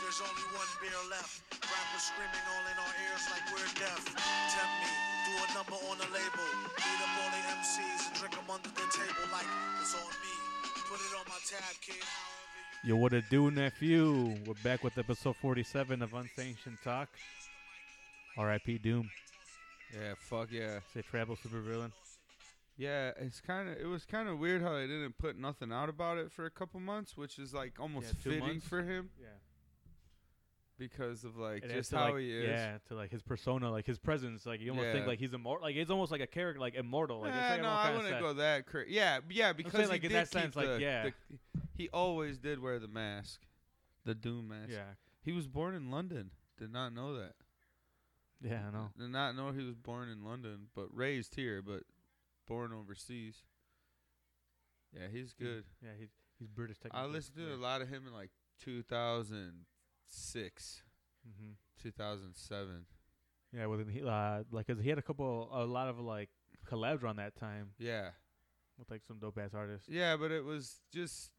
There's only one beer left. Rappers screaming all in our ears like we're deaf. Tempt me, do a number on the label. Beat up all the MCs and drink 'em under the table like it's on me. Put it on my tab, kid. However you Yo, what it do, nephew? We're back with episode 47 of Unsanctioned Talk. R.I.P. Doom. Yeah, fuck yeah. Say travel supervillain. Yeah, it's kind of it was kind of weird how they didn't put nothing out about it for a couple months, which is like almost two fitting months. for him Yeah. because of like And as just to, how like, he is. Yeah, to like his persona, like his presence, like you almost think Yeah. like he's immortal. Like it's almost like a character, like immortal. Like Eh, it's like no, I wouldn't go that crazy. Yeah, b- yeah, because saying, he like, in did that keep sense, the, like, yeah. the- he always did wear the mask, the Doom mask. Yeah, he was born in London. Did not know that. yeah, I know. Did not know he was born in London, but raised here, but born overseas. Yeah, he's good. Yeah, he's he's British. I technically. listened to yeah. a lot of him in like 2006, Mm-hmm. 2007. Yeah, well, then he, uh, like 'cause he had a couple, a lot of like collabs around that time Yeah, with like some dope ass artists. yeah, but it was just.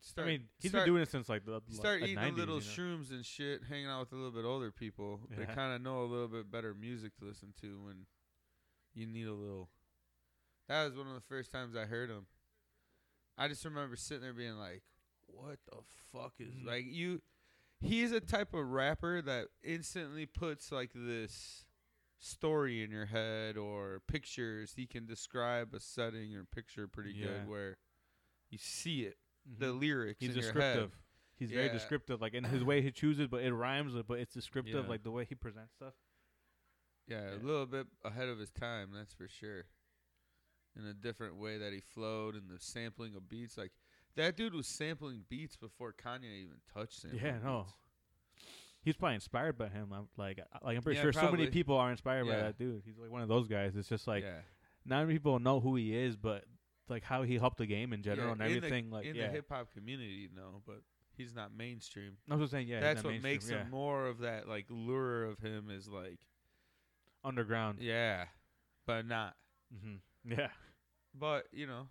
Start, I mean, he's start- been doing it since like the like, start the eating 90s, a little you know? shrooms and shit, hanging out with a little bit older people. They Yeah. kind of know a little bit better music to listen to when you need a little. That was one of the first times I heard him. I just remember sitting there being like, "What the fuck is Mhm. like you?" He's a type of rapper that instantly puts like this story in your head or pictures. He can describe a setting or picture pretty Yeah. good where you see it, Mhm. the lyrics. he's in your head. descriptive. He's very Yeah. descriptive, like in his way he chooses, but it rhymes, but it's descriptive, Yeah. like the way he presents stuff. Yeah, Yeah. a little bit ahead of his time, that's for sure. In a different way that he flowed and the sampling of beats. Like, that dude was sampling beats before Kanye even touched sampling Yeah, no. beats. He's probably inspired by him. I'm like, I- like I'm pretty Yeah, sure so many probably. people are inspired by Yeah. that dude. He's like one of those guys. It's just like yeah. not many people know who he is, but like how he helped the game in general Yeah, and in the- everything. like, in yeah, the hip hop community, no, but he's not mainstream. I'm just saying, yeah, he's that's not what mainstream, makes yeah. him more of that, like, lure of him is like, underground. yeah, but not. Mm-hmm. Yeah, But, you know,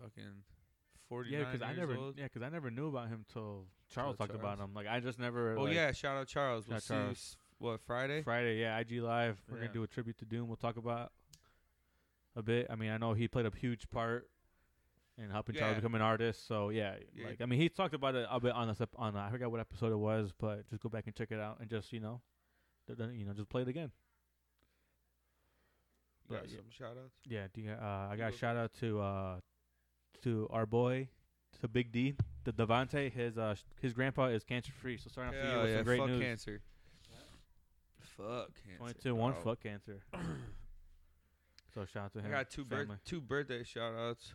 fucking 49 yeah, because I years never, old. yeah, because I never knew about him till Charles Till talked about Charles. him. Like I just never. Oh, like, yeah, shout out Charles. We'll out see you, Charles. s- what, Friday? Friday, yeah, IG Live. We're Yeah. gonna do a tribute to Doom. We'll talk about a bit. I mean, I know he played a huge part in helping Charles Yeah. become an artist. So yeah, Yeah. like I mean, he talked about it a bit on the sep- on I forgot what episode it was, but just go back and check it out and just you know, th- th- you know, just play it again. You got But, yeah. some shout outs? Yeah, do you, uh, I got a go shout out to uh, to our boy, to Big D, the Devante. His uh, sh- his grandpa is cancer free. So starting off the year with some great fuck news. cancer. Fuck cancer. Twenty two one bro. fuck cancer. so shout out to I him. got two birth family. two birthday shout outs.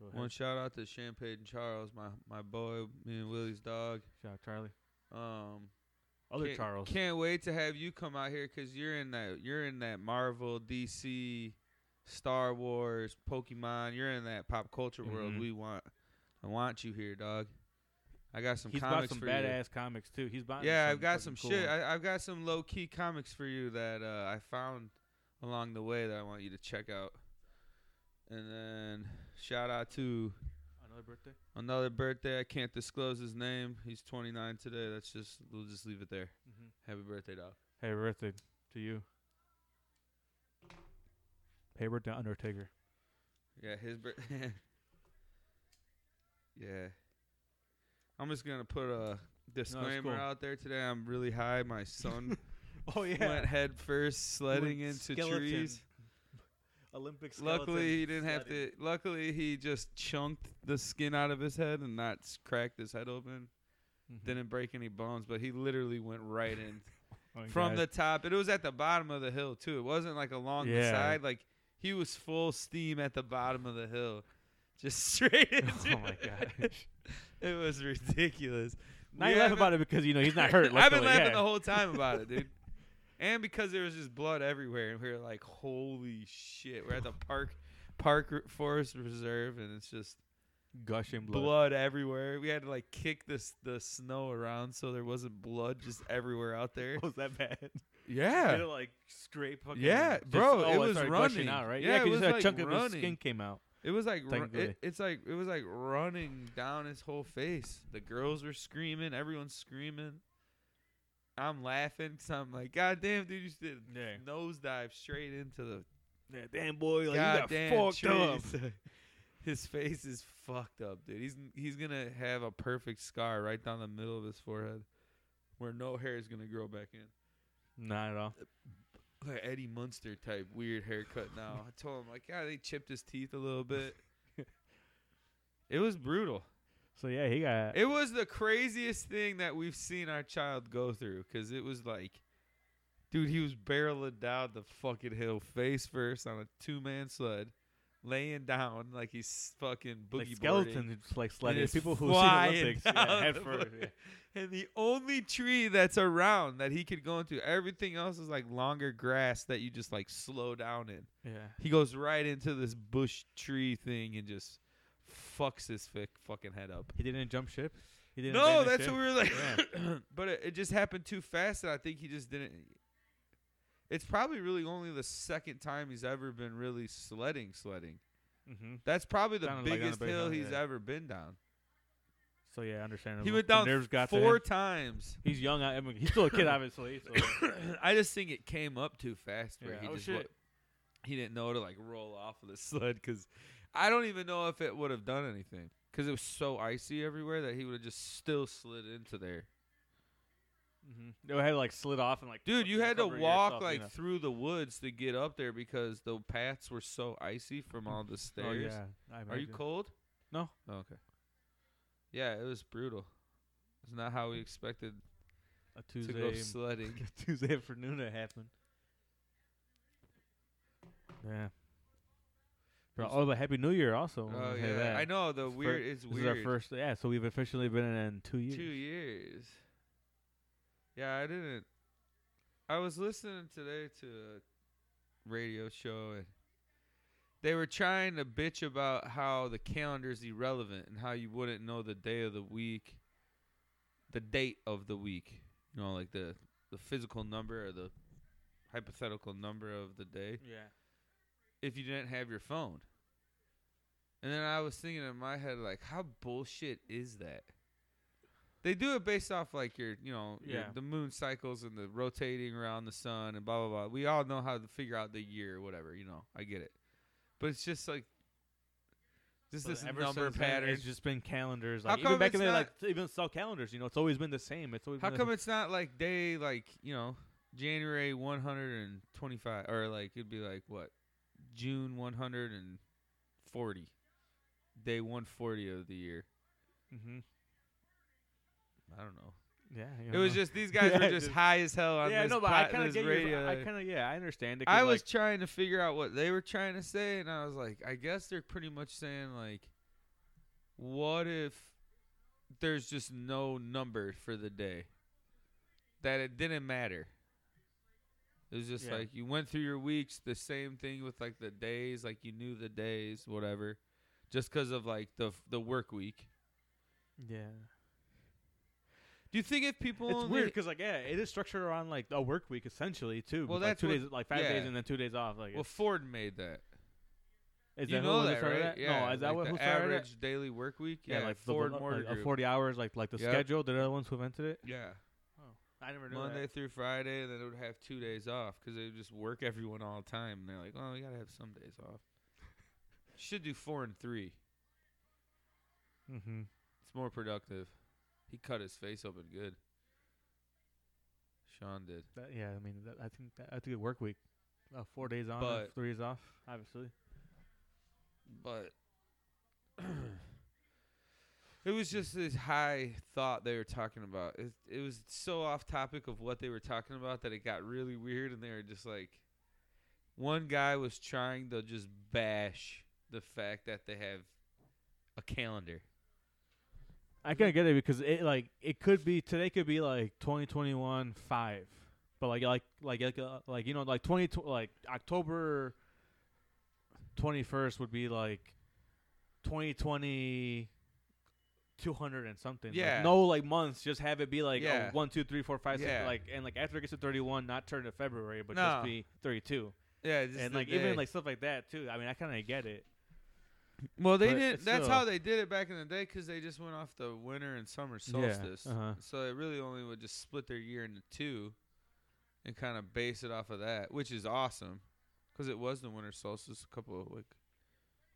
Go ahead. One shout out to Champagne Charles, my my boy, me and Willie's dog. Shout out Charlie. Um, Other can't- Charles. Can't wait to have you come out here because you're in that you're in that Marvel, DC, Star Wars, Pokemon. You're in that pop culture world Mhm. we want. I want you here, dog. I got some He's bought comics some for you. badass comics too. He's bought. Yeah, some I've got fucking some cool shit. ones. I, I've got some low key comics for you that uh, I found along the way that I want you to check out. And then shout out to Another birthday. another birthday. I can't disclose his name. He's 29 today. That's just we'll just leave it there. Mm-hmm. Happy birthday, dog. Hey, birthday to you. Hey, birthday Undertaker. Yeah, his birthday. yeah. I'm just gonna put a disclaimer cool. out there today. I'm really high. My son Oh went head first sledding into trees. Olympic Luckily, he didn't have to. Luckily, he just chunked the skin out of his head and not s- cracked his head open. Mm-hmm. Didn't break any bones, but he literally went right in Oh, from the top. It was at the bottom of the hill too. It wasn't like along the Yeah. side. Like he was full steam at the bottom of the hill, just straight into. Oh my It. gosh. it was ridiculous. Now you laugh about it because you know he's not hurt. I've been luckily, laughing yeah. the whole time about it, dude. And because there was just blood everywhere, and we were like, "Holy shit!" We're at the park, park r- forest reserve, and it's just gushing blood. blood. everywhere. We had to like kick this the snow around so there wasn't blood just everywhere out there. Was that bad? Yeah, Did it, like scrape fucking Yeah, just- bro, oh, it was started gushing running. out, right? Yeah, it because was, that like, chunk of his running. skin came out. It was like ru- Thankfully. it, it's like it was like running down his whole face. The girls were screaming, everyone's screaming. I'm laughing because I'm like, God damn, dude, you just did Yeah. nosedive straight into the Yeah, damn boy, like you goddamn got fucked up. trees. his face is fucked up, dude. He's he's gonna have a perfect scar right down the middle of his forehead, where no hair is gonna grow back in. Not at all. like Eddie Munster type weird haircut now. I told him like, yeah, they chipped his teeth a little bit. it was brutal. So yeah, he got It was the craziest thing that we've seen our child go through because it was like, dude, he was barreling down the fucking hill face first on a two man sled, laying down like he's fucking boogie like boarding. skeletons just, like And sledding. it's People who see flying Olympics down yeah, head the first. fucking- Yeah. And the only tree that's around that he could go into, everything else is like longer grass that you just like slow down in. yeah. He goes right into this bush tree thing and just fucks his fi- fucking head up. He didn't jump ship. He didn't No, abandon that's ship? what we were like. but it, it just happened too fast, and I think he just didn't. It's probably really only the second time he's ever been really sledding, sledding. hmm That's probably the Down, like, on the biggest big hill hill, he's yeah. ever been down. So yeah, understandable. He went The down nerves got to four him. times. He's young. I I mean, he's still a kid, obviously. So. I just think it came up too fast where Yeah, he oh, just shit. wa- he didn't know to like roll off of the sled because I don't even know if it would have done anything because it was so icy everywhere that he would have just still slid into there. Mm-hmm. They had like slid off and like. Dude, you fucking had to cover walk yourself, like you know. through the woods to get up there because the paths were so icy from all the Oh stairs. yeah. I Are you imagine. cold? No. Oh, okay. Yeah, it was brutal. It's not how we expected A to go Tuesday. sledding. Tuesday afternoon it happened. Yeah. Bro, Who's- oh, but Happy New Year also. when Oh we say yeah, that. I know the fir- weird. it's this weird. is our first. Yeah, so we've officially been in, in two years. Two years. Yeah, I didn't. I was listening today to a radio show and they were trying to bitch about how the calendar's irrelevant and how you wouldn't know the day of the week, the date of the week. You know, like the the physical number or the hypothetical number of the day Yeah. if you didn't have your phone. And then I was thinking in my head, like, how bullshit is that? They do it based off like your, you know, your- Yeah. the moon cycles and the rotating around the sun and blah blah blah. We all know how to figure out the year, or whatever. You know, I get it, but it's just like just this number pattern. It's just been calendars. How Like, even come back in it's the not- like even sell calendars. You know, it's always been the same. It's always How been come The it's not like day like you know January one hundred and twenty five or like it'd be like what June one hundred and forty, day one forty of the year. same. hmm I don't know. Yeah. you It was know. just these guys Yeah, were just just- high as hell on Yeah, this, no, but I pod- kind of this get radio. you. I kind of yeah, I understand it. 'cause, I was like, trying to figure out what they were trying to say, and I was like, I guess they're pretty much saying like, what if there's just no number for the day? That it didn't matter. It was just Yeah. like you went through your weeks the same thing with like the days, like you knew the days, whatever, just because of like the f- the work week. yeah. Do you think if people It's only- weird because like yeah, it is structured around like a work week essentially too. Well, with, like, that's two what- days, like five yeah. days and then two days off. Like, well, Ford made that. is you that know who that, started right? that? Yeah, no, is that like what the who started average it? daily work week? Yeah, like Ford the, Motor like, a Group. forty hours, like like the Yep. schedule. They're the ones who invented it. Yeah, I never Monday through Friday, and then it would have two days off because they would just work everyone all the time. And they're like, oh, we gotta have some days off. Should do four and three. Mm-hmm. It's more productive. He cut his face open good. Sean did. That, yeah, I mean, that, I think that, I think a work week, uh, four days on, and But- three days off, obviously. but it was just this high thought they were talking about. It, it was so off topic of what they were talking about that it got really weird, and they were just like, one guy was trying to just bash the fact that they have a calendar. I kind of get it because it like it could be today could be like 2021 five, but like like like like, uh, like you know like 20 tw- like October 21st would be like 2020 200 and something. Like, Yeah. no like months, just have it be like oh, Yeah. one, two, three, four, five, six, Yeah. like and like after it gets to 31, not turn to February, but No. just be 32. Yeah, just and the like day. even like stuff like that too. I mean, I kind of get it. Well, they But did. it's That's still- how they did it back in the day, because they just went off the winter and summer Yeah, solstice. uh-huh. So they really only would just split their year into two, and kind of base it off of that, which is awesome, because it was the winter solstice a couple of like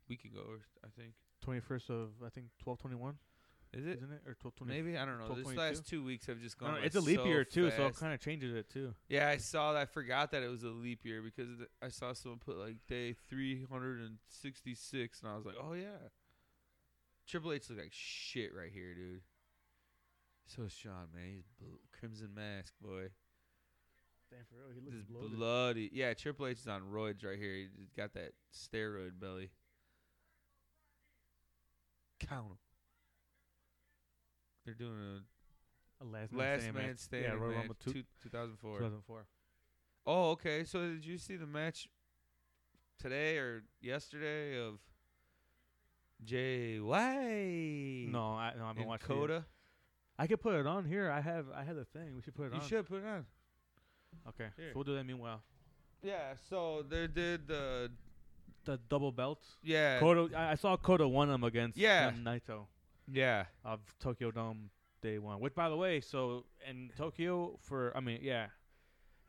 week ago, or I think. Twenty first of I think twelve twenty one, Is it? isn't it? Or twelve twenty? Maybe I don't know. This 12.22? last two weeks have just gone. No, by it's a leap so year too, so it fast. kind of changes it too. Yeah, I saw that. I forgot that it was a leap year because th- I saw someone put like day 366, and I was like, oh, yeah. Triple H looked like shit right here, dude. So is Sean, man. He's bl- Crimson Mask, boy. Damn, for real, he This bloody. Yeah, Triple H is on roids right here. He's got that steroid belly. Count 'em. They're doing A last a man last standing man match. standing Yeah, Royal match, Rumble two, two- 2004. 2004. Oh, okay. So did you see the match today or yesterday of Jay White? No, I no, I've been and watching. it. Coda. I could put it on here. I have I had the thing. We should put it You on. should put it on. Okay, Here. so we'll do that meanwhile. Yeah. So they did the The double belt. yeah Kodo, I, I saw Kodo won him against Yeah. um, Naito yeah of Tokyo Dome Day One. Which, by the way, so in Tokyo for I mean, yeah,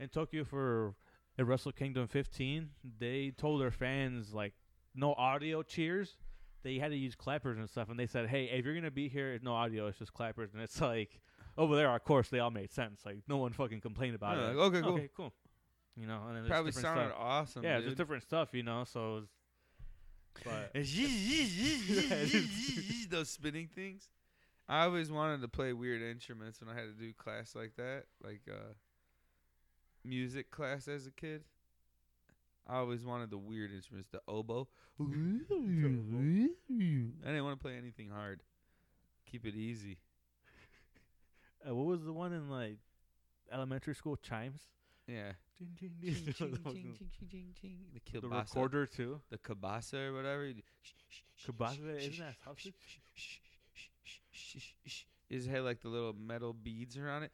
in Tokyo for at Wrestle Kingdom 15, they told their fans like no audio cheers. They had to use clappers and stuff, and they said, "Hey, if you're gonna be here, no audio. It's just clappers." And it's like over there, of course, they all made sense. Like no one fucking complained about Yeah, it. like, okay, cool. okay, cool. You know, and then there's probably different sounded stuff. awesome. yeah, dude. just different stuff, you know. So, it's, but those spinning things. I always wanted to play weird instruments when I had to do class like that, like uh music class as a kid. I always wanted the weird instruments, the oboe. I didn't want to play anything hard. Keep it easy. Uh, what was the one in like elementary school chimes? Yeah. The Ching, ching, fucking- ching, ching, ching, ching, ching. The the kielbasa. recorder too. The kibasa or whatever. Kibasa, isn't that sausage? It had like the little metal beads around it.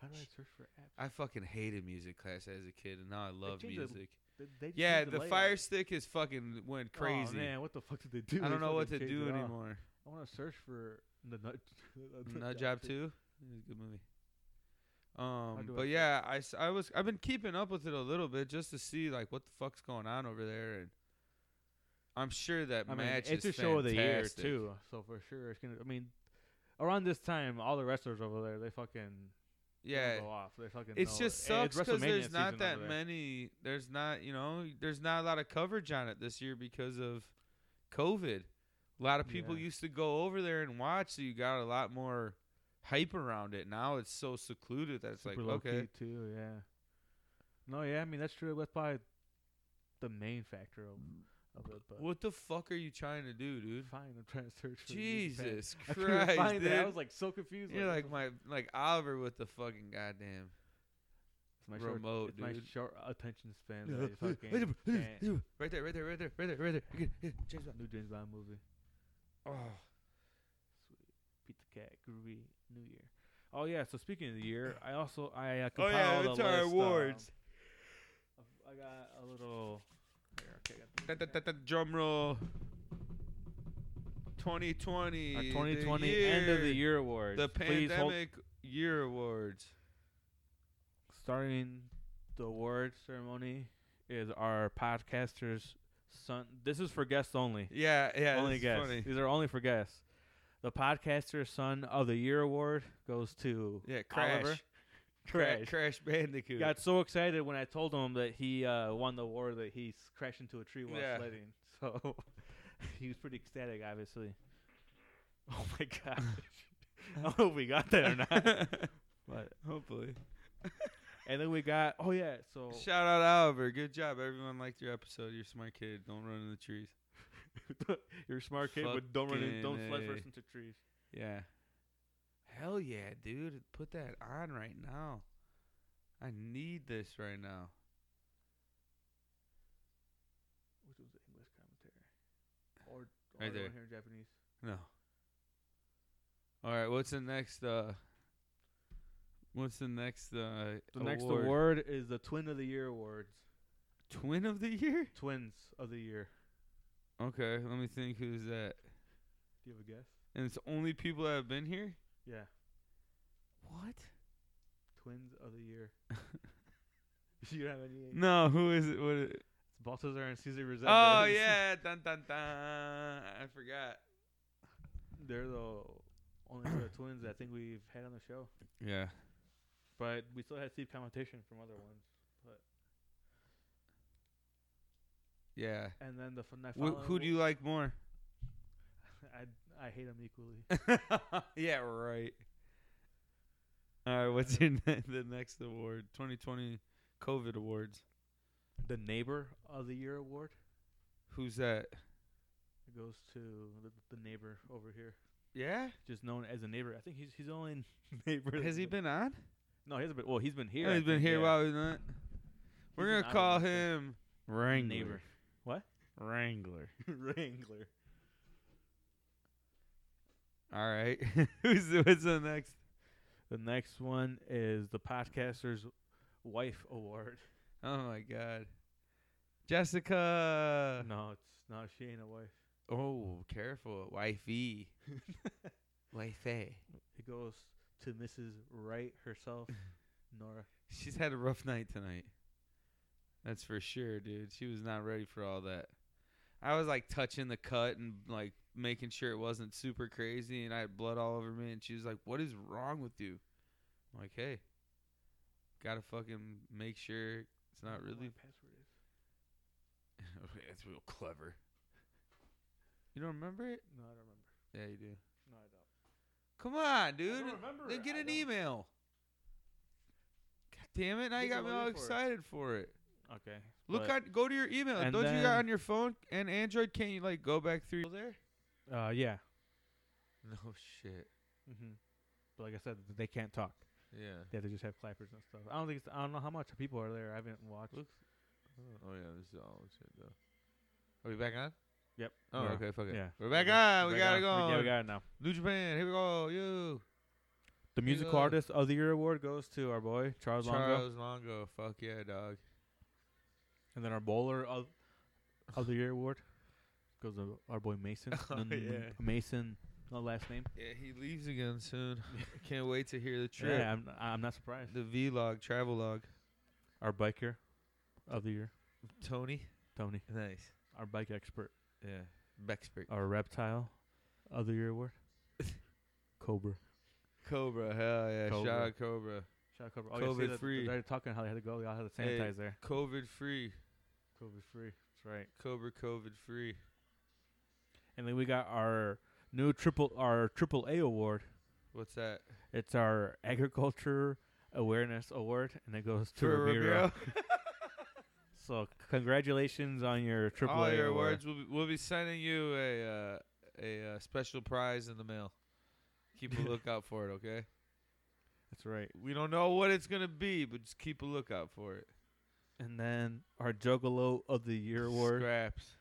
How do I search for apps? I fucking hated music class as a kid, and now I love changed it music. They- they just Yeah, changed the layout. fire stick is fucking went Aw, crazy. Oh, man, what the fuck did they do? I They don't know what to fucking changed do it all. anymore. I want to search for the nut. the Nut Job shit. Two, it was a good movie. do Um, I but search? yeah, I, s- I was I've been keeping up with it a little bit just to see like what the fuck's going on over there, and I'm sure that I mean, match it's a is show of the year fantastic. too. So for sure, it's gonna. I mean, around this time, all the wrestlers over there, they fucking they don't Yeah, go off. They fucking. It's know- just and it's sucks because WrestleMania there's season not that over there. many. There's not you know there's not a lot of coverage on it this year because of COVID. A lot of people Yeah. used to go over there and watch, so you got a lot more hype around it. Now it's so secluded that it's like Super low okay, key too. Yeah. No, yeah, I mean that's true. That's probably the main factor of, of it. But what the fuck are you trying to do, dude? fine, I'm trying to search for these bands. Jesus I couldn't Christ, find dude! it. I was like so confused. You're what like my like Oliver with the fucking goddamn. the fuck? It's my short- remote, it's my dude. short attention span. that I fucking can't- Right there, right there, right there, right there, right there. Good, good. James Bond. New James Bond movie. Oh. Pete the Cat, Groovy, New Year. Oh yeah. So speaking of the year, I also I uh, Oh compiled yeah, a it's our list, um, awards. of- I got a little. Here, okay, I got the Da, da, music da, da, drum roll. 2020. Our the 2020 end of the year awards. The Please hold- pandemic year awards. starting the award ceremony is our podcaster's son. This is for guests only. Yeah, yeah. only it's guests. Funny. These are only for guests. The podcaster's son of the year award goes to Yeah, Oliver. crash. Cra- Crash. Crash Bandicoot. Got so excited when I told him that he uh, won the award that he s- crashed into a tree while Yeah. sledding. So he was pretty ecstatic, obviously. Oh my gosh. I don't know if we got that or not. But Hopefully. and then we got oh yeah, so Shout out Oliver. Good job. Everyone liked your episode. You're a smart kid. Don't run in the trees. You're a smart kid, but don't run in, don't slide Fucking first A. into trees. Yeah. Hell yeah, dude. Put that on right now. I need this right now. Which was the English commentary, or, or Right the there. one here in Japanese. No. All right, what's the next uh What's the next uh The next award is the Twin of the Year awards. Twin of the year? Twins of the Year. Okay, let me think who's that. Do you have a guess? And it's only people that have been here? Yeah. What? Twins of the year. you don't have any. It's No, who is it? What it Baltazar and Cesar Rizal. oh, yeah. Dun, dun, dun. I forgot. They're the only set of twins I think we've had on the show. Yeah. But we still had steep competition from other ones. Yeah. And then the f- Wh- who do you like more? I I hate them equally. yeah, right. All right, what's your ne- the next award? 2020 COVID awards. The neighbor of the year award Who's that? goes to the, the neighbor over here, Yeah? just known as a neighbor. I think he's he's the only neighbor. Has that's he been on? No, he hasn't been. Well, he's been here. Oh, I he's been think, here yeah. while he's not. been We're going out to of call this thing. him Wrangler. Neighbor. Wrangler. Wrangler. All right. Who's the, what's the next? The next one is the podcaster's wife award. Oh my god. Jessica. no, it's not. She ain't a wife. Oh, careful. Wifey. Wifey. It goes to Mrs. Wright herself, Nora. She's had a rough night tonight. That's for sure, dude. She was not ready for all that. I was like touching the cut and like making sure it wasn't super crazy and I had blood all over me and she was like, "What is wrong with you?" I'm like, "Hey, got to fucking make sure it's I not don't know what really my password is. Okay, that's real clever. You don't remember it? No, I don't remember. Yeah, you do. No, I don't. Come on, dude. remember Then it. get I an don't- email. God damn it! Now you Think got I'm me all looking for it. excited for it. Okay. Look but, on, go to your email. and Don't you then- got on your phone and Android? Can you like go back through there? Uh, yeah. No shit. hmm But like I said, they can't talk. Yeah. Yeah, they just have clappers and stuff. I don't think it's, I don't know how much people are there. I haven't watched. Look. Oh yeah, this is all shit though. Are we back on? Yep. Oh We're- okay, fuck it. Yeah. We're back We're on. We back gotta on. go. Yeah, we got it now. New Japan. Here we go. You. The musical go. artist of the year award goes to our boy Charles, Longo, Charles Longo. Fuck yeah, dog. and then our bowler of of the year award goes to our boy Mason. Oh, Nun- nun- yeah. Mason, no last name. Yeah, he leaves again soon. Can't wait to hear the trip. Yeah, I'm I'm not surprised. The vlog, travel log. Our biker of the year, Tony. Tony. Nice. Our bike expert. Yeah. Bexpert. Our reptile of the year award, Cobra. Cobra. Hell yeah. Cobra. Shout out Cobra. Shout out Cobra. Oh, yeah, see, that- COVID-free. They're talking how they had to go. They all had to Hey. sanitize there. COVID free. COVID free. That's right. Cobra COVID free. And then we got our new triple our triple A award. What's that? It's our agriculture awareness award, and it goes to Ramiro. So congratulations on your triple All A your award. awards. We'll be, we'll be sending you a uh, a uh, special prize in the mail. Keep a lookout for it, okay? That's right. We don't know what it's gonna be, but just keep a lookout for it. And then our Juggalo of the Year award, Scraps.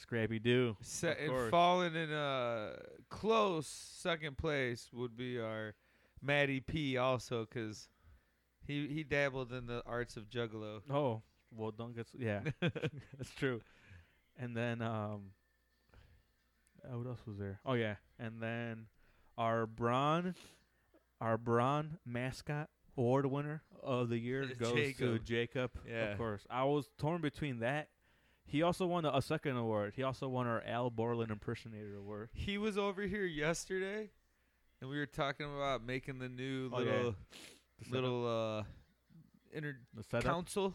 Scrappy Doo. Se- Of and course. falling in uh close second place would be our Matty P also because he he dabbled in the arts of juggalo. Oh, well, don't get s- yeah, that's true. And then um, uh, what else was there? Oh yeah, and then our Braun, our Braun mascot award winner of the year goes to Jacob. Jacob. Yeah. of course. I was torn between that. He also won a, a second award. He also won our Al Borland impersonator award. he was over here yesterday, and we were talking about making the new Oh, yeah. little The little uh inter The setup. council.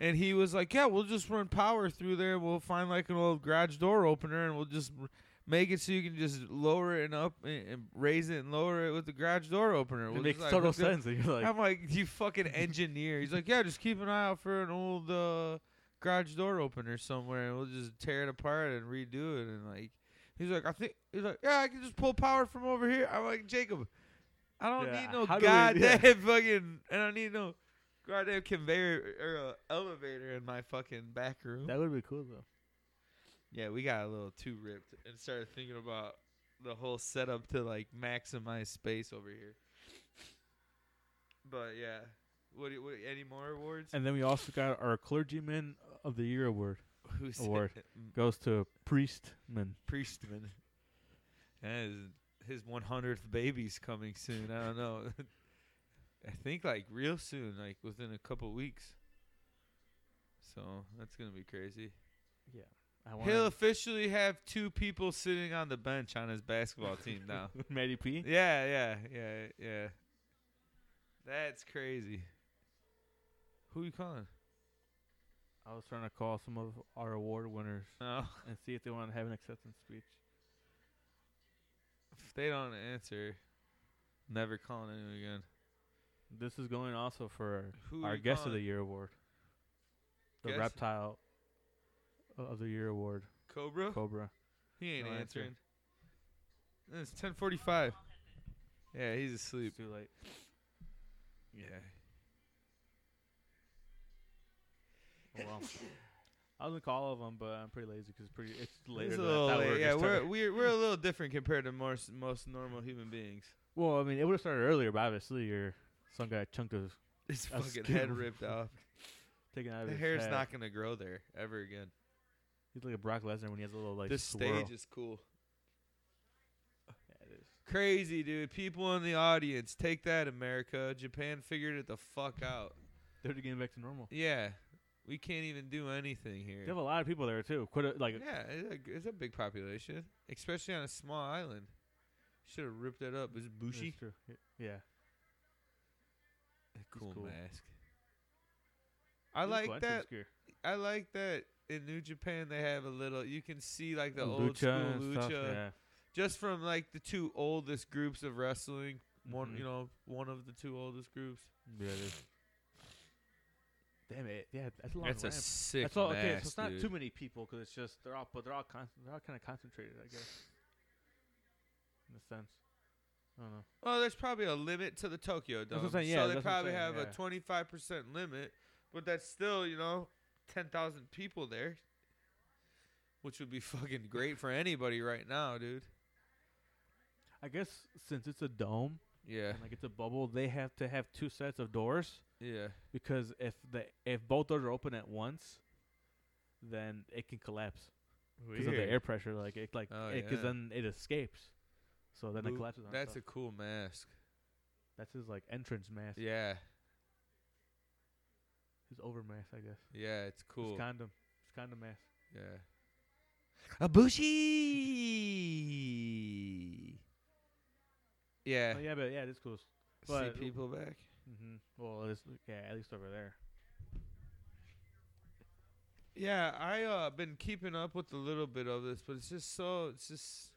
and he was like, "Yeah, we'll just run power through there. and We'll find like an old garage door opener, and we'll just r- make it so you can just lower it and up and, and raise it and lower it with the garage door opener." It We'll makes just, like, total hook it up." sense. And you're like, I'm like, "You fucking engineer." He's like, "Yeah, just keep an eye out for an old uh, garage door opener somewhere, and we'll just tear it apart and redo it." And like, he's like, "I think he's like, yeah, I can just pull power from over here." I'm like, "Jacob, I don't Yeah, need no how do we- yeah. goddamn fucking, I don't need no goddamn conveyor or uh, elevator in my fucking back room." that would be cool though. yeah, we got a little too ripped and started thinking about the whole setup to like maximize space over here. But yeah, what, do you- what any more awards? And then we also got our clergyman of the year award. Who said Award. that? M- Goes to Priestman. Priestman. That is- his 100th baby's coming soon. I don't know. I think like real soon, like within a couple weeks. So that's gonna be crazy. I want He'll officially have two people sitting on the bench on his basketball team now. Matty P. Yeah, yeah, yeah, yeah. That's crazy. Who you calling? I was trying to call some of our award winners No, and see if they want to have an acceptance speech. if they don't answer, never calling anyone again. This is going also for Who our you guest of calling? the year award, the Guest? reptile of the year award, Cobra? Cobra. He ain't No answer. answering. It's ten forty-five. Yeah, he's asleep. It's too late. Yeah. Oh, well. I was gonna call all of them, but I'm pretty lazy because it's pretty. It's later. It's a than I little thought we were late. gonna Yeah, we're, start. we're we're a little different compared to most most normal human beings. Well, I mean, it would have started earlier, but obviously, your some guy chunked his His I was fucking kidding. head ripped off. taken out of The his hair's head. not gonna grow there ever again. He's like a Brock Lesnar when he has a little like this swirl. stage is cool. Yeah, it is. Crazy, dude. People in the audience, take that, America. Japan figured it the fuck out. They're getting back to normal. Yeah, we can't even do anything here. They have a lot of people there too. Quite a, like Yeah, it's a, it's a big population, especially on a small island. Should have ripped that up. Is it that's Bushi? true. Y- Yeah, A Cool, cool. mask. I It is cool. like entrance that. gear. I like that. In New Japan, they have a little. You can see like the Lucha old school and lucha, stuff. Yeah. just from like the two oldest groups of wrestling. One, Mhm. you know, one of the two oldest groups. Yeah, it is. Damn it! Yeah, that's a long That's a ramp. sick that's all. mask, okay, so it's not dude. too many people because it's just they're all, but they're all, con- they're all kind of concentrated, I guess. In a sense, I don't know. Well, there's probably a limit to the Tokyo what I'm Dome, saying, yeah, so they that's what I'm probably saying, have yeah. a 25% limit, but that's still, you know, 10,000 people there, which would be fucking great for anybody right now, dude. I guess since it's a dome Yeah, and like it's a bubble, they have to have two sets of doors yeah. because if the if both doors are open at once, then it can collapse because of the air pressure. Like it, like Oh, because yeah. then it escapes, so then it Boop. collapses. On That's itself. a cool mask. that's his like entrance mask, Yeah, his over mask, I guess. yeah, it's cool. His condom, his condom mask. yeah. Abushi! Yeah. Oh, yeah, but yeah, it's cool. See but- people back? Mm-hmm. Well, it's, yeah, at least over there. Yeah, I uh been keeping up with a little bit of this, but it's just so it's just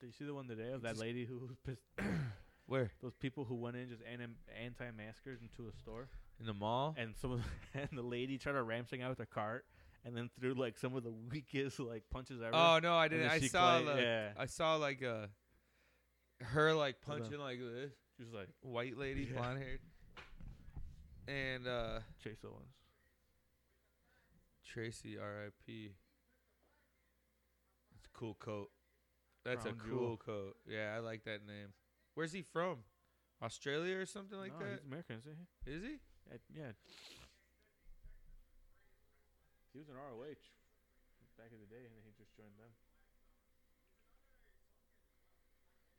Did you see the one today of that Just- lady who pissed where those people who went in just anim- anti-maskers into a store, in the mall. and some of the, and the lady tried to ram something out with her cart, and then threw like some of the weakest like punches ever. Oh no, I and then didn't. I she saw cla- like yeah, I saw like uh her like Hold on. punching like this she was like white lady, Yeah. blonde haired, and uh Chase Owens. Tracy R.I.P. It's a cool coat. That's a Crown cool jewel. coat. Yeah, I like that name. Where's he from? Australia or something like no, that? he's American, isn't he? Is he? Yeah, yeah. He was in ROH back in the day, and then he just joined them.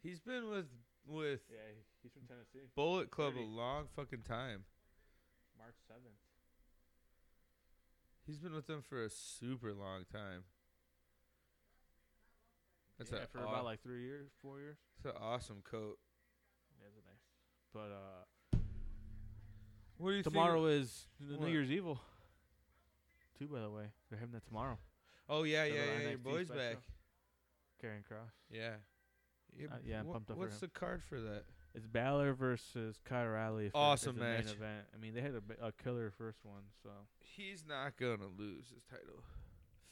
He's been with with Yeah, he- he's from Tennessee. Bullet Club Thirty. a long fucking time. March seventh. He's been with them for a super long time. That's yeah, a for aw- about like three years, four years. It's an awesome coat. Yeah, it's nice. But uh, What do you tomorrow is the What? New Year's Evil. Too, by the way, they're having that tomorrow. Oh yeah, the yeah, little yeah. Your NXT boy's special? back. Karen Cross. Yeah. Uh, yeah, I'm wha- pumped up for What's him. the card for that? It's Balor versus Kyle Riley. For, Awesome as the main match. event. I mean, they had a, b- a killer first one, so He's not gonna lose his title.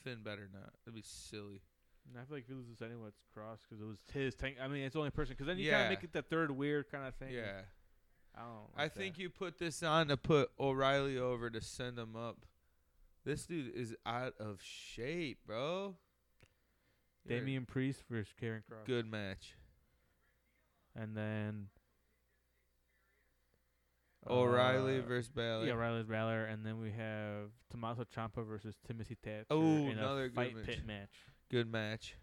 Finn better not. That'd be silly. and I feel like if he loses anyone, it's Cross because it was his thing. I mean, it's the only person because then you Yeah. kind of make it the third weird kind of thing. Yeah. I don't. I think you put this on to put O'Reilly over to send him up. This dude is out of shape, bro. You're a Damian Priest versus Karen Cross, Good match. and then Oh, O'Reilly Uh, versus Balor. Yeah, Riley's Balor, and then we have Tommaso Ciampa versus Timothy Thatcher Ooh, in another a good fight match. pit match. Good match.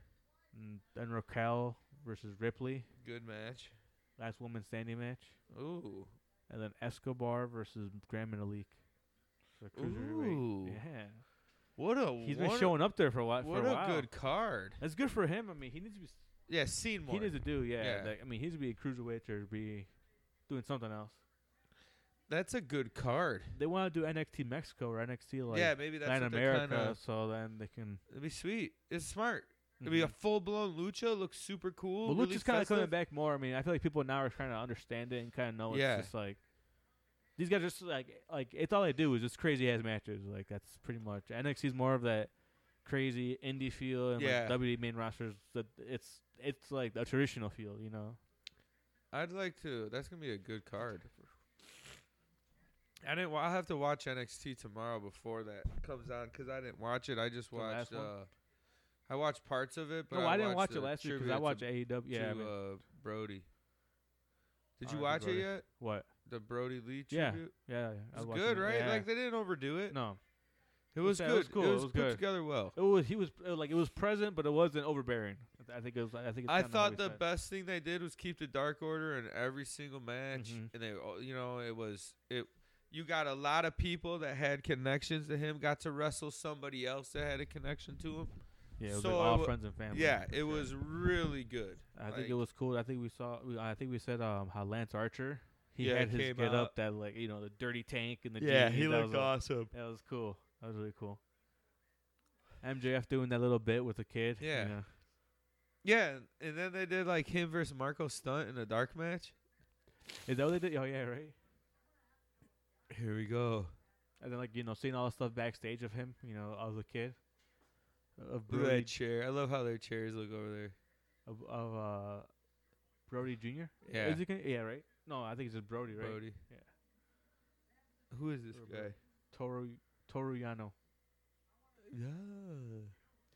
And, and Raquel versus Ripley, Good match. last woman standing match. Ooh. And then Escobar versus Grand Metalik. for the cruiserweight. Ooh. Yeah. What a He's what been a- showing up there for a while. What for a, a while. good card. That's good for him. I mean, he needs to be. s- Yeah, seen more. He needs to do. Yeah. Yeah. Like, I mean, he needs to be a cruiserweight or be doing something else. That's a good card. They want to do NXT Mexico or NXT like yeah, maybe that's Latin what America, They're kinda, so then they can. it'd be sweet. It's smart. It'd be a Mhm. full blown lucha. Looks super cool. Well, really Lucha's kind of coming festive. back more. I mean, I feel like people now are trying to understand it and kind of know it's Yeah. just like these guys are just like like it's all they do is just crazy ass matches. Like that's pretty much NXT's more of that crazy indie feel, and Yeah. like WWE main rosters that it's it's like a traditional feel, you know. I'd like to. That's gonna be a good card. I didn't. wa- I'll have to watch NXT tomorrow before that comes on because I didn't watch it. I just The watched. last Uh, one? I watched parts of it, but No, I I didn't watch watched it the last year because tribute I to- watch AEW. Yeah, to, I mean, uh, Brody. Did you R.I.P. watch Brody. it yet? what? The Brody Lee Yeah, tribute. Yeah, yeah, I it was watched good, it. right? Yeah. Like they didn't overdo it. no, it was yeah, good. it was cool, it was put good. together well. it was he was uh, like it was present, but it wasn't overbearing. I th- I think it was. I think it's I kinda how thought we the said. best thing they did was keep the Dark Order in every single match, Mhm. and they, all- you know, it was it. You got a lot of people that had connections to him, got to wrestle somebody else that had a connection to him. yeah, it was so like all it wa- friends and family. yeah, for it sure. was really good. I think Like- it was cool. I think we saw. We, I think we said um how Lance Archer he Yeah, had he his came get out. up that like you know the dirty tank and the jeans. That was, like- awesome. That was cool. That was really cool. MJF doing that little bit with the kid. you Yeah. know. Yeah, and- and then they did like him versus Marco Stunt in a dark match. Is that what they did? Oh yeah, right. Here we go. And then like you know seeing all the stuff backstage of him, you know, as a kid. Of Look at Brody, that chair. I love how their chairs look over there. of, of uh, Brody Jr. Yeah. Is he gonna, yeah, right. No, I think it's just Brody, right? Brody. Yeah. Who is this Or Brody. guy? Toru Toru Yano. Yeah.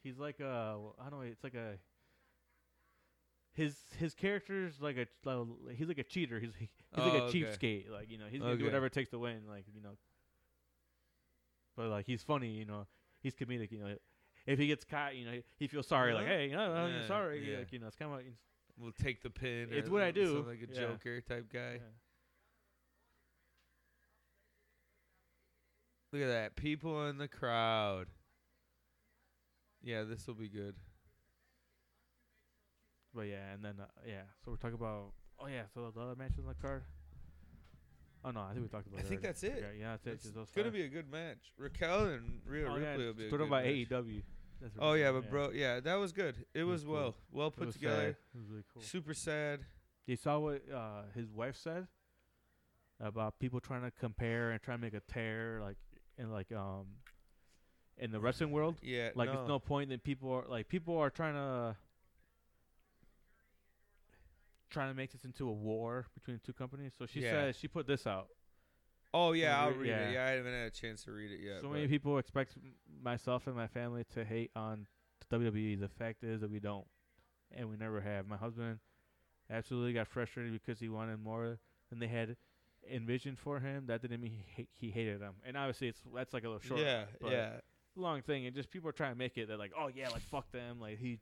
He's like a I don't know. It's like a his his character's like a like a- he's like a cheater. He's he's like Oh, a okay. cheapskate. Like you know he's gonna Okay. do whatever it takes to win. Like you know, but like he's funny. You know he's comedic. You know if he gets caught, you know he, he feels sorry. Like Yeah. hey, you know I'm Yeah, sorry. yeah. Like, you know it's kind of like, will take the pin. It's or what I something do. Like a Yeah. Joker type guy. yeah. Look at that. People in the crowd. Yeah, this will be good. but yeah, and then uh, yeah. So we're talking about oh yeah. So the other matches on the card. Oh no, I think we talked about. I that think already. that's it. Okay, yeah, that's it. It's just those gonna five. be a good match. Raquel and Rhea Oh, Ripley yeah, will be. A Put good up by match. AEW. That's what Oh we're yeah, doing, but bro, yeah, that was good. It was was, cool. well, well It put was together. sad. It was really cool. Super sad. You saw what uh, his wife said about people trying to compare and try to make a tear, like in like um in the wrestling world. Yeah, Like no. it's no point that people are like people are trying to trying to make this into a war between the two companies. So she Yeah. says she put this out. Oh yeah, I'll re- read yeah. it. Yeah, I haven't had a chance to read it yet. so but- many people expect m- myself and my family to hate on WWE. The fact is that we don't, and we never have. My husband absolutely got frustrated because he wanted more than they had envisioned for him. That didn't mean he, ha- he hated them. And obviously, it's that's like a little short, yeah, but- yeah. long thing. And just people are trying to make it that like, oh yeah, like fuck them. Like he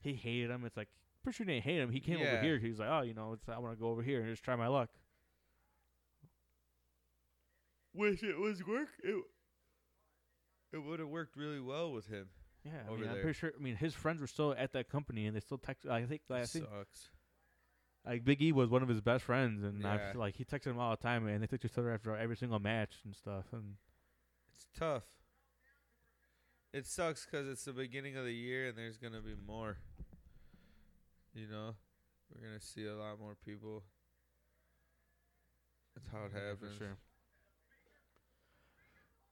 he hated them. It's like pretty sure he didn't hate him. He came over Yeah. here. He's like, oh, you know, it's, I want to go over here and just try my luck. Wish it was work. It, it would have worked really well with him. Yeah, I Over mean, I'm there. pretty sure. I mean, his friends were still at that company, and they still text. I think like, I think Sucks. like Big E was one of his best friends, and Yeah. I've, like he texted him all the time, and they texted each other after every single match and stuff. And It's tough. It sucks because it's the beginning of the year and there's gonna be more. You know, we're gonna see a lot more people. That's how it Yeah, for happens. sure.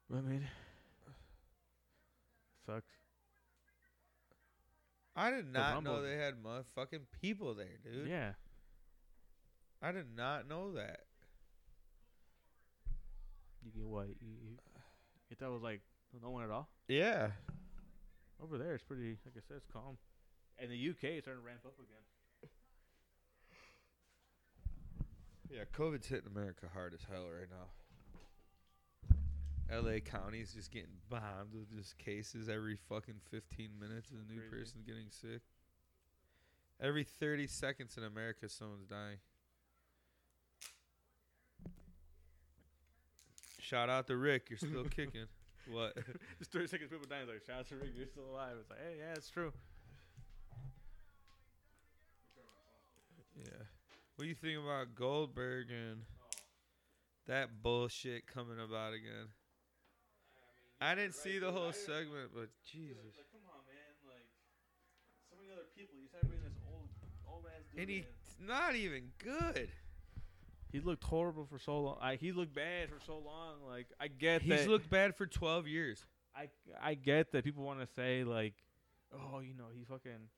But, I mean, sucks. I did not Rumble- know they had motherfucking people there, dude. Yeah, I did not know that. you get what you, you, you thought it was like no one at all Yeah. over there. It's pretty, like I said, it's calm. And the UK is starting to ramp up again. Yeah, COVID's hitting America hard as hell right now. LA county's just getting bombed with just cases every fucking 15 minutes, a new Crazy. person getting sick. Every 30 seconds in America, someone's dying. Shout out to Rick, you're still kicking. What? Just 30 seconds, people dying. Like, shout out to Rick, you're still alive. It's like, hey, yeah, it's true. Yeah. What do you think about Goldberg and that bullshit coming about again? I didn't see the whole segment, but Jesus. Like, come on, man. Like, so many other people. You started bringing this old, old ass dude. And he's not even good. He looked horrible for so long. I, he looked bad for so long. Like, I get He's that. looked bad for 12 years. I I get that people want to say like, oh, you know, he fucking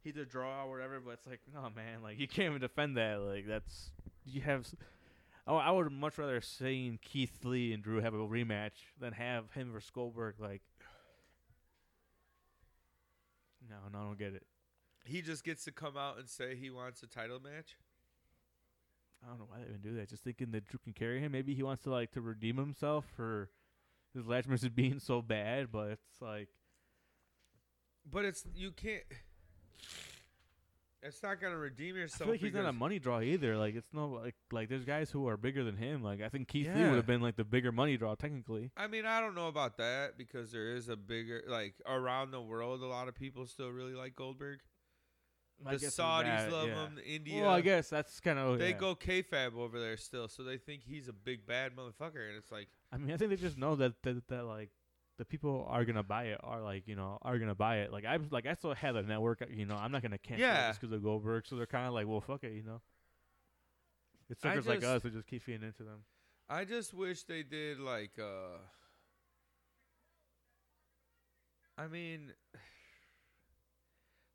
he did draw or whatever, but it's like, no, man, like you can't even defend that. Like that's you have. s- Oh, I would much rather seen Keith Lee and Drew have a rematch than have him versus Goldberg. Like, no, no, I don't get it. He just gets to come out and say he wants a title match. I don't know why they even do that. Just thinking that Drew can carry him. Maybe he wants to like to redeem himself for his last match is being so bad, but it's like But it's, you can't. It's not going to redeem I yourself. feel like he's not a because- money draw either. Like it's no like like there's guys who are bigger than him. Like I think Keith Lee Yeah. would have been like the bigger money draw technically. I mean, I don't know about that because there is a bigger like around the world. A lot of people still really like Goldberg. I The guess it's Saudis that, love yeah. him. India, Well, I guess that's kind of they go kayfabe over there still, so they think he's a big bad motherfucker. And it's like, I mean, I think they just know that that, that like the people are gonna buy it are like you know are gonna buy it. Like I'm like I still have a network. You know, I'm not gonna cancel it Yeah. just because of Goldberg. So they're kind of like, well, fuck it, you know. It's I suckers like just- us that just keep feeding into them. I just wish they did like. uh I mean,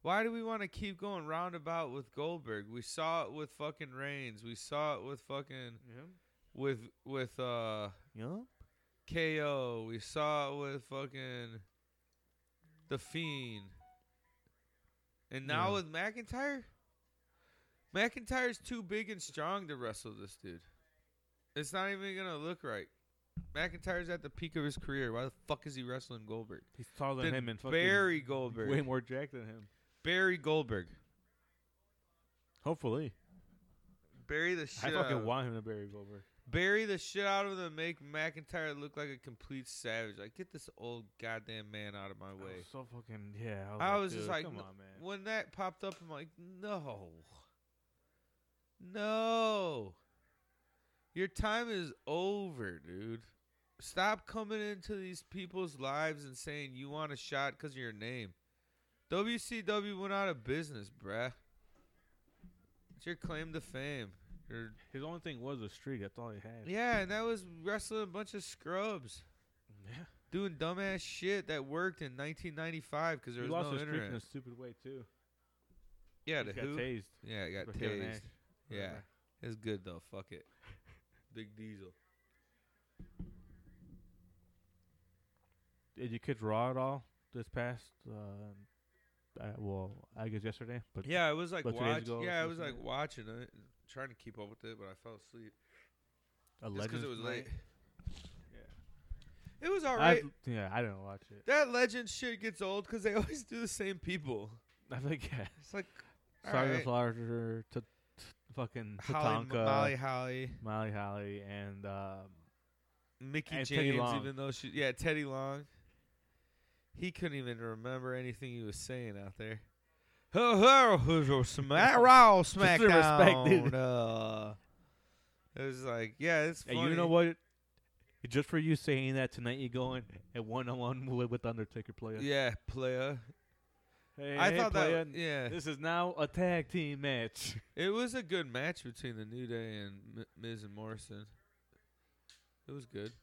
why do we want to keep going roundabout with Goldberg? We saw it with fucking Reigns. We saw it with fucking Yeah. with with uh Yeah. KO. We saw it with fucking The Fiend. And now Yeah. with McIntyre? McIntyre's too big and strong to wrestle this dude. It's not even going to look right. McIntyre's at the peak of his career. Why the fuck is he wrestling Goldberg? He's taller than Then him and fucking Barry Goldberg. way more jacked than him. Barry Goldberg. Hopefully, Bury the shit I out of fucking him. want him to bury Goldberg. Bury the shit out of him and make McIntyre look like a complete savage. Like, get this old goddamn man out of my I way. was so fucking yeah. I was, I like, was dude, just like, come "No, on, man. when that popped up, I'm like, no, no, your time is over, dude. Stop coming into these people's lives and saying you want a shot because of your name. WCW went out of business, bruh. It's your claim to fame. Your His only thing was a streak. That's all he had. yeah, and that was wrestling a bunch of scrubs Yeah. doing dumbass shit that worked in 1995 because there He was lost no his streak in a internet. stupid way too. Yeah, He to just got who? tased. Yeah, I got by Kevin tased. Nash. Yeah, Whatever. it's good though. Fuck it, Big Diesel. Did you kids raw at all this past? Um, uh, well, I guess yesterday. But Yeah, I was like About two days ago, watching. Yeah, I something was like like watching it, and trying to keep up with it, but I fell asleep a just because Legends it was night. late. Yeah. It was all I- right. yeah, I didn't watch it. that legend shit gets old because they always do the same people. I think yeah. It's like all Sergeant right, Slaughter to, to fucking Holly, Tatanka, Molly, Holly, Molly Holly, and um, Mickey and Teddy James. Long. Even though she, yeah, Teddy Long. He couldn't even remember anything he was saying out there. Ho ho, who's your smack? Raw Just the respect, dude. SmackDown. Uh, it was like, yeah, it's Hey, funny. you know what? Just for you saying that tonight, you going at one on one with with Undertaker player. Yeah, player. Hey, I hey, thought that. playa, yeah, This is now a tag team match. it was a good match between the New Day and M- Miz and Morrison. It was good.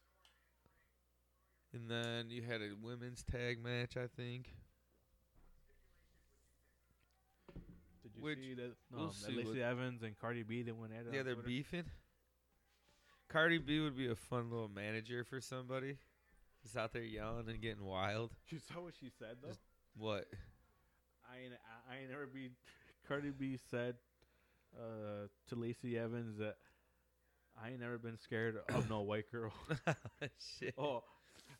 And then you had a women's tag match, I think. Did you Which see that? we'll um, that see what- Lacey Evans and Cardi B they went at it. yeah, on they're Twitter? beefing. Cardi B would be a fun little manager for somebody. Just out there yelling and getting wild. You saw what she said though. Just- What? I ain't, I, I ain't never be. Cardi B said uh, to Lacey Evans that I ain't never been scared of no white girl. Shit. Oh,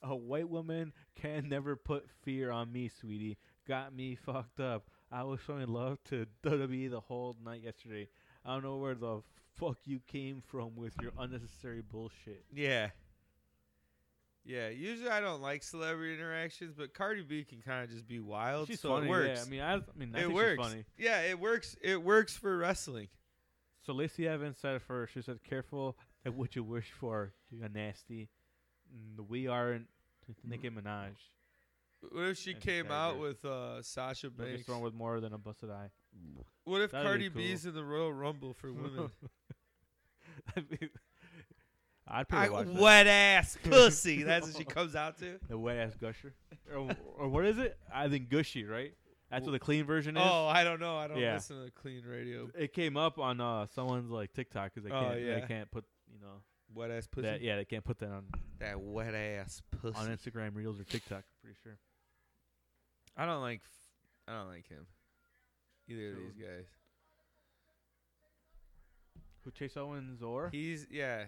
a white woman can never put fear on me, sweetie. Got me fucked up. I was showing love to WWE the whole night yesterday. I don't know where the fuck you came from with your unnecessary bullshit. Yeah. Yeah, usually I don't like celebrity interactions, but Cardi B can kind of just be wild, she's so funny. it works. Yeah, I mean, I, I mean, I it think works. she's funny. Yeah, it works. It works for wrestling. So Lacey Evans said it first. She said, "Careful at what you wish for. You're nasty. Mm, We aren't Nicki Mm-hmm. Minaj. What if she Yeah, came I out agree. with uh, Sasha Maybe Banks? someone with more than a busted eye. What if That'd be Cardi cool. B's in the Royal Rumble for women? I mean, I'd pay I, to watch that. wet ass pussy. That's what she comes out to. The wet ass gusher, or, or what is it? I think gushy, right? That's what the clean version is. Oh, I don't know. I don't Yeah. listen to the clean radio. It came up on uh, someone's like TikTok because they Oh, can't yeah. they can't put you know Wet ass pussy. that yeah they can't put that on That wet ass pussy. on Instagram Reels or TikTok. Pretty sure. I don't like. f- I don't like him. Either of Who? these guys. Who Chase Owens or He's yeah.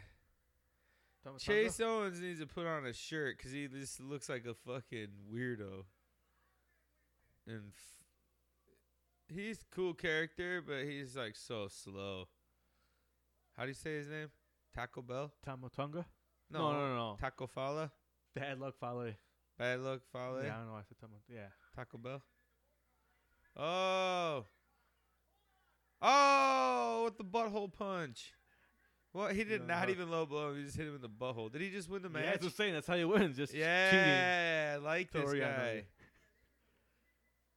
Tama Tonga? Chase Owens needs to put on a shirt because he just looks like a fucking weirdo. And f- he's cool character, but he's like so slow. How do you say his name? Taco Bell? Tama Tonga? No, no, no. no. Taco Fala. Bad luck, Fale. Bad luck, Fale. Yeah, I don't know. why I said Tama. Yeah, Taco Bell. Oh. Oh, with the butthole punch. Well, he did No, not no. even low blow him. He just hit him in the butthole. Did he just win the yeah. match? That's what I'm saying. That's how you win. Just cheating. Yeah, I like this Toriano. guy.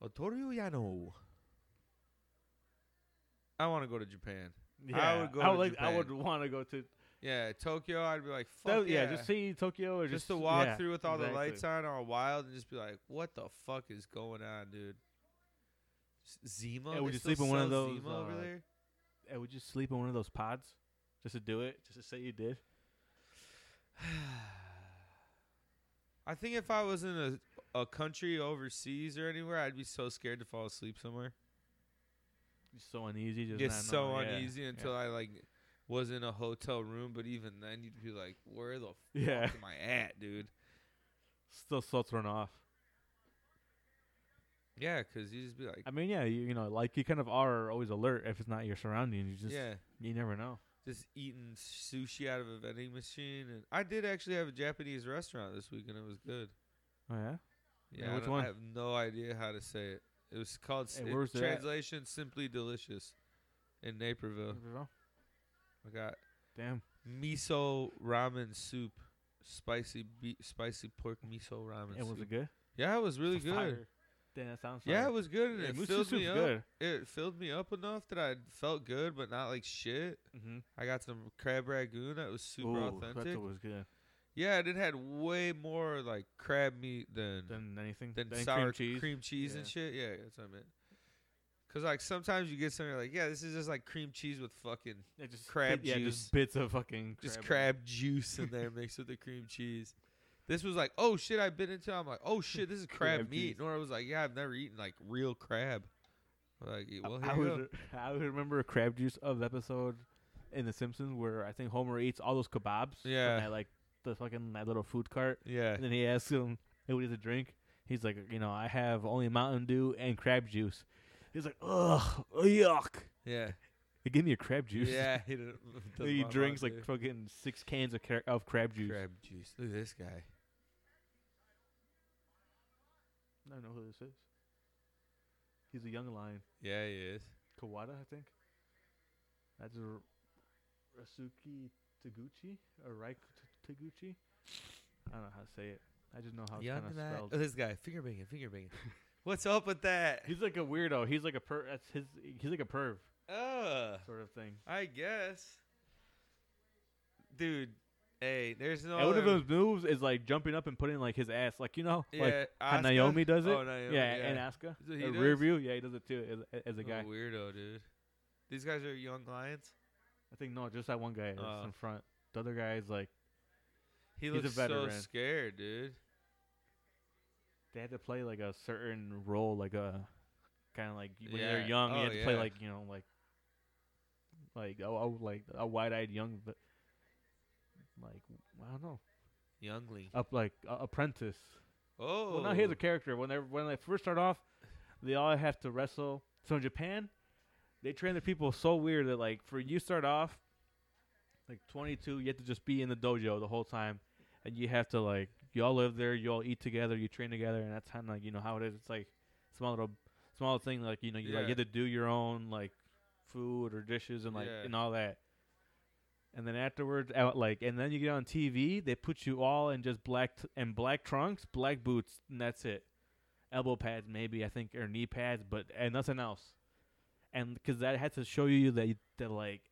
Otorio Yano. I want to go to Japan. Yeah. I would go to like. I Japan. would want to go to. Yeah, Tokyo. I'd be like, fuck That, yeah. yeah, just see Tokyo or Just just, to walk yeah, through with all the exactly. lights on, all wild, and just be like, what the fuck is going on, dude? S- Zima. Yeah, would They you still sleep in one of sell those, Zima over uh, there? and would you sleep in one of those pods just to do it, just to say you did? I think if I was in a a country overseas or anywhere, I'd be so scared to fall asleep somewhere. Just so uneasy, just It's not so know, yeah, uneasy until I like was in a hotel room. But even then, you'd be like, "Where the yeah. yeah, fuck am I at, dude?" still so thrown off. Yeah, because you just be like, I mean, yeah, you, you know, like you kind of are always alert if it's not your surroundings. You just, "Yeah, you never know. just eating sushi out of a vending machine." And I did actually have a Japanese restaurant this week, and it was good. Oh yeah, Yeah, Yeah, I which don't- one? I have no idea how to say it. It was called s- Hey, it- where's it at? translation simply delicious in Naperville. I got damn. miso ramen soup, spicy be- spicy pork miso ramen. It was soup. it good? Yeah, it was really good. Fire. Damn, that sounds. Yeah, fire. it was good, and Yeah, it moose filled me soup's up. good. It filled me up enough that I felt good, but not like shit. Mm-hmm. I got some crab ragoon that was super Ooh, that's authentic. what was good. yeah, and it had way more like crab meat than Mm. than, Than anything. than sour cream cheese. and Yeah. shit. Yeah, that's what I meant. Cause like sometimes you get something like, yeah, this is just like cream cheese with fucking Yeah, just crab bit- Yeah, juice. just bits of fucking. just crab. crab juice in there mixed with the cream cheese. This was like, oh shit, I bit into. it. I'm like, oh shit, this is crab, Crab meat. juice. Nora was like, yeah, I've never eaten like real crab. I'm like, I- well, I, here you go. would I would remember a crab juice of the episode in The Simpsons where I think Homer eats all those kebabs. from Yeah. that, like the fucking that little food cart, Yeah, and then he asks him, "Hey, what is a drink?" He's like, "You know, I have only Mountain Dew and crab juice." He's like, "Ugh, yuck!" yeah, They give me a crab juice. yeah. He, didn't- doesn't he want drinks Mountain like fucking six cans of cra- of crab Dew. juice. crab juice. Look at this guy. I don't know who this is. He's a young lion, Yeah, he is. Kawada, I think. That's a R- Rasuki Taguchi or Raik T- Taguchi. I don't know how to say it. I just know how it's Young kind of guy. spelled. Look at oh, this guy. Finger banging. Finger banging. What's up with that? He's like a weirdo. He's like a per. That's his. He's like a perv Ugh. sort of thing. I guess. Dude, hey, there's no. and one of other- those moves is like jumping up and putting like his ass, like you know, like yeah, how Asuka? Naomi does it. Oh, Naomi, yeah, yeah. and Asuka. Is it he Uh, does? Oh, rear view. Yeah, he does it too as, as a What guy. weirdo, dude. These guys are young lions. I think no, just that one guy Oh. that's in front. The other guy is like He He's a looks so veteran. scared, dude. they had to play like a certain role, like a kind of like when Yeah. they're young, Oh, you had to play yeah. like you know like like oh, oh like a wide-eyed young v- like I don't know, Youngly. up like uh, Apprentice. Oh, Well, now here's a character. When they when they first start off, they all have to wrestle. So in Japan, they train their people so weird that like for you start off, like 22, you have to just be in the dojo the whole time, and you have to like you all live there, you all eat together, you train together, and that's kind of like you know how it is. It's like small little small thing like you know you, like, Yeah. you have to do your own like food or dishes and like Yeah. and all that. And then afterwards, out like, and then you get on TV. They put you all in just black t- and black trunks, black boots, and that's it. Elbow pads, maybe I think, or knee pads, but and nothing else. And because that had to show you that you- that like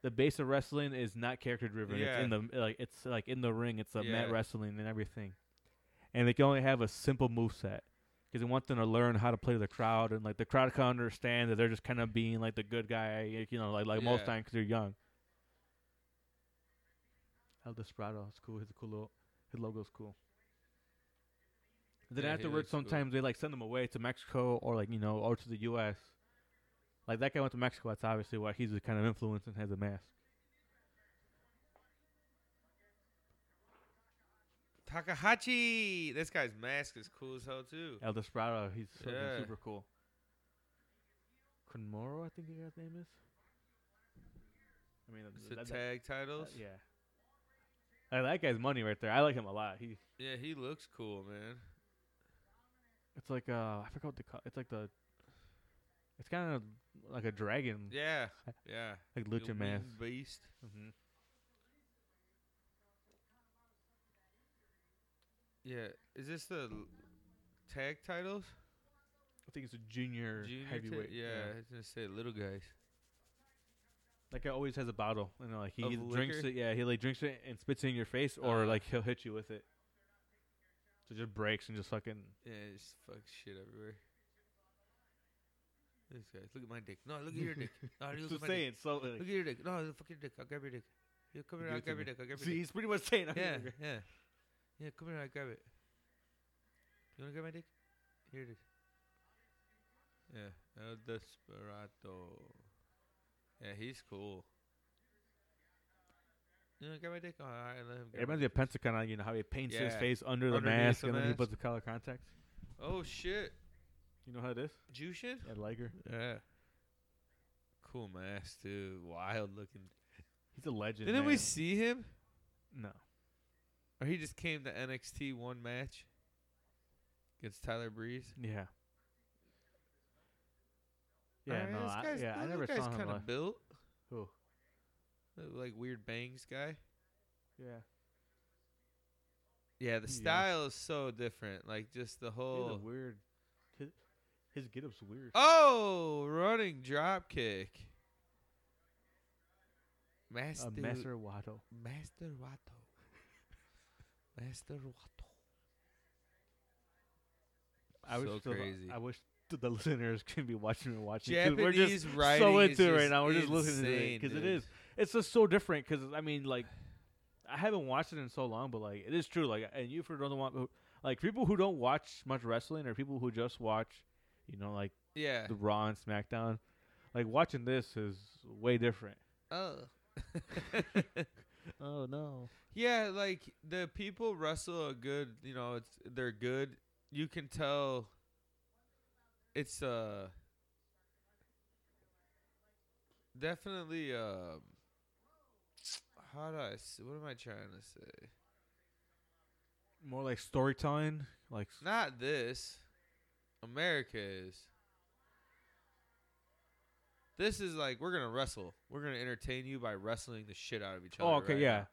the base of wrestling is not character driven. Yeah. It's in the like it's like in the ring. It's a mat Yeah. wrestling and everything. And they can only have a simple move set because they want them to learn how to play the crowd and like the crowd can understand that they're just kind of being like the good guy, you know, like like most Yeah. times because they're young. El Desperado, it's cool. His cool lo- his logo's cool. Then Yeah, he afterwards, looks cool. sometimes they like send them away to Mexico or like you know or to the U.S. Like that guy went to Mexico. That's obviously why he's the kind of influence and has a mask. Takahashi. This guy's mask is cool as hell too. El Desperado, he's fucking Yeah. super cool. Kunmoro, I think the guy's name is. I mean, It's that- the that- tag that- titles. yeah. Like, that guy's money right there. I like him a lot. He, yeah, he looks cool, man. it's like uh, I forgot what they call. It's like the, it's kind of like a dragon, Yeah, yeah. like The Mm. lucha mask. winged Beast. hmm Yeah, is this the l- tag titles? I think it's a junior, Junior ta- heavyweight. yeah, I was gonna say little guys. That guy always has a bottle, and like he Of either drinks liquor? it. Yeah, he like drinks it and spits it in your face, or Uh. like he'll hit you with it. So it just breaks and just fucking. Yeah, just fuck shit everywhere. These guys, look at my dick. No, look at your dick. No, look Just at my dick. saying. So like, Look at your dick. No, fuck your dick. I'll grab your dick. Yeah, come here. Give I'll it to grab your me. dick. I'll grab your See, dick. he's pretty much saying, I'm Yeah, gonna- yeah, yeah. Come here. I'll grab it. You wanna grab my dick? Here it is. Yeah, El Desperado. Yeah, he's cool. You wanna grab my dick? Oh, all right, It let him. Grab my reminds me of dick first. Pensacon, you know how he paints his Yeah. face under the Underneath mask the and then he mask. puts the color contacts. Oh shit, You know how it is? Jushin. Yeah, Liger. Yeah. Cool mask too. Wild looking. He's a legend. Didn't we man. see him? No. Or he just came to NXT one match against Tyler Breeze. Yeah. Yeah, Alright, no, this I, guy's- yeah, I this never guy's saw him kinda live. built. Who? Uh, That, Like weird bangs guy. Yeah. Yeah, the Yeah. style is so different. Like just the He's a whole weird. His, his getup's weird. Oh, running drop kick. A Master Master Waddle. Master Wato. Master Wato. I wish So the- crazy. I wish th- the listeners can be watching and watching. 'cause we're just Japanese writing so is into it right just now. We're just listening to it insane, because it dude. is. It's just so different. Because I mean, like, I haven't watched it in so long, but like, it is true. Like, and you for don't want like people who don't watch much wrestling or people who just watch, you know, like Yeah. the Raw and SmackDown. Like watching this is way different. Oh. Oh no! Yeah, like the people wrestle a good, you know, it's they're good. You can tell it's uh definitely um how do I s- what am I trying to say? More like storytelling. Like s- Not this. America is. This is like we're gonna wrestle. We're gonna entertain you by wrestling the shit out of each other. oh, okay, right yeah. now.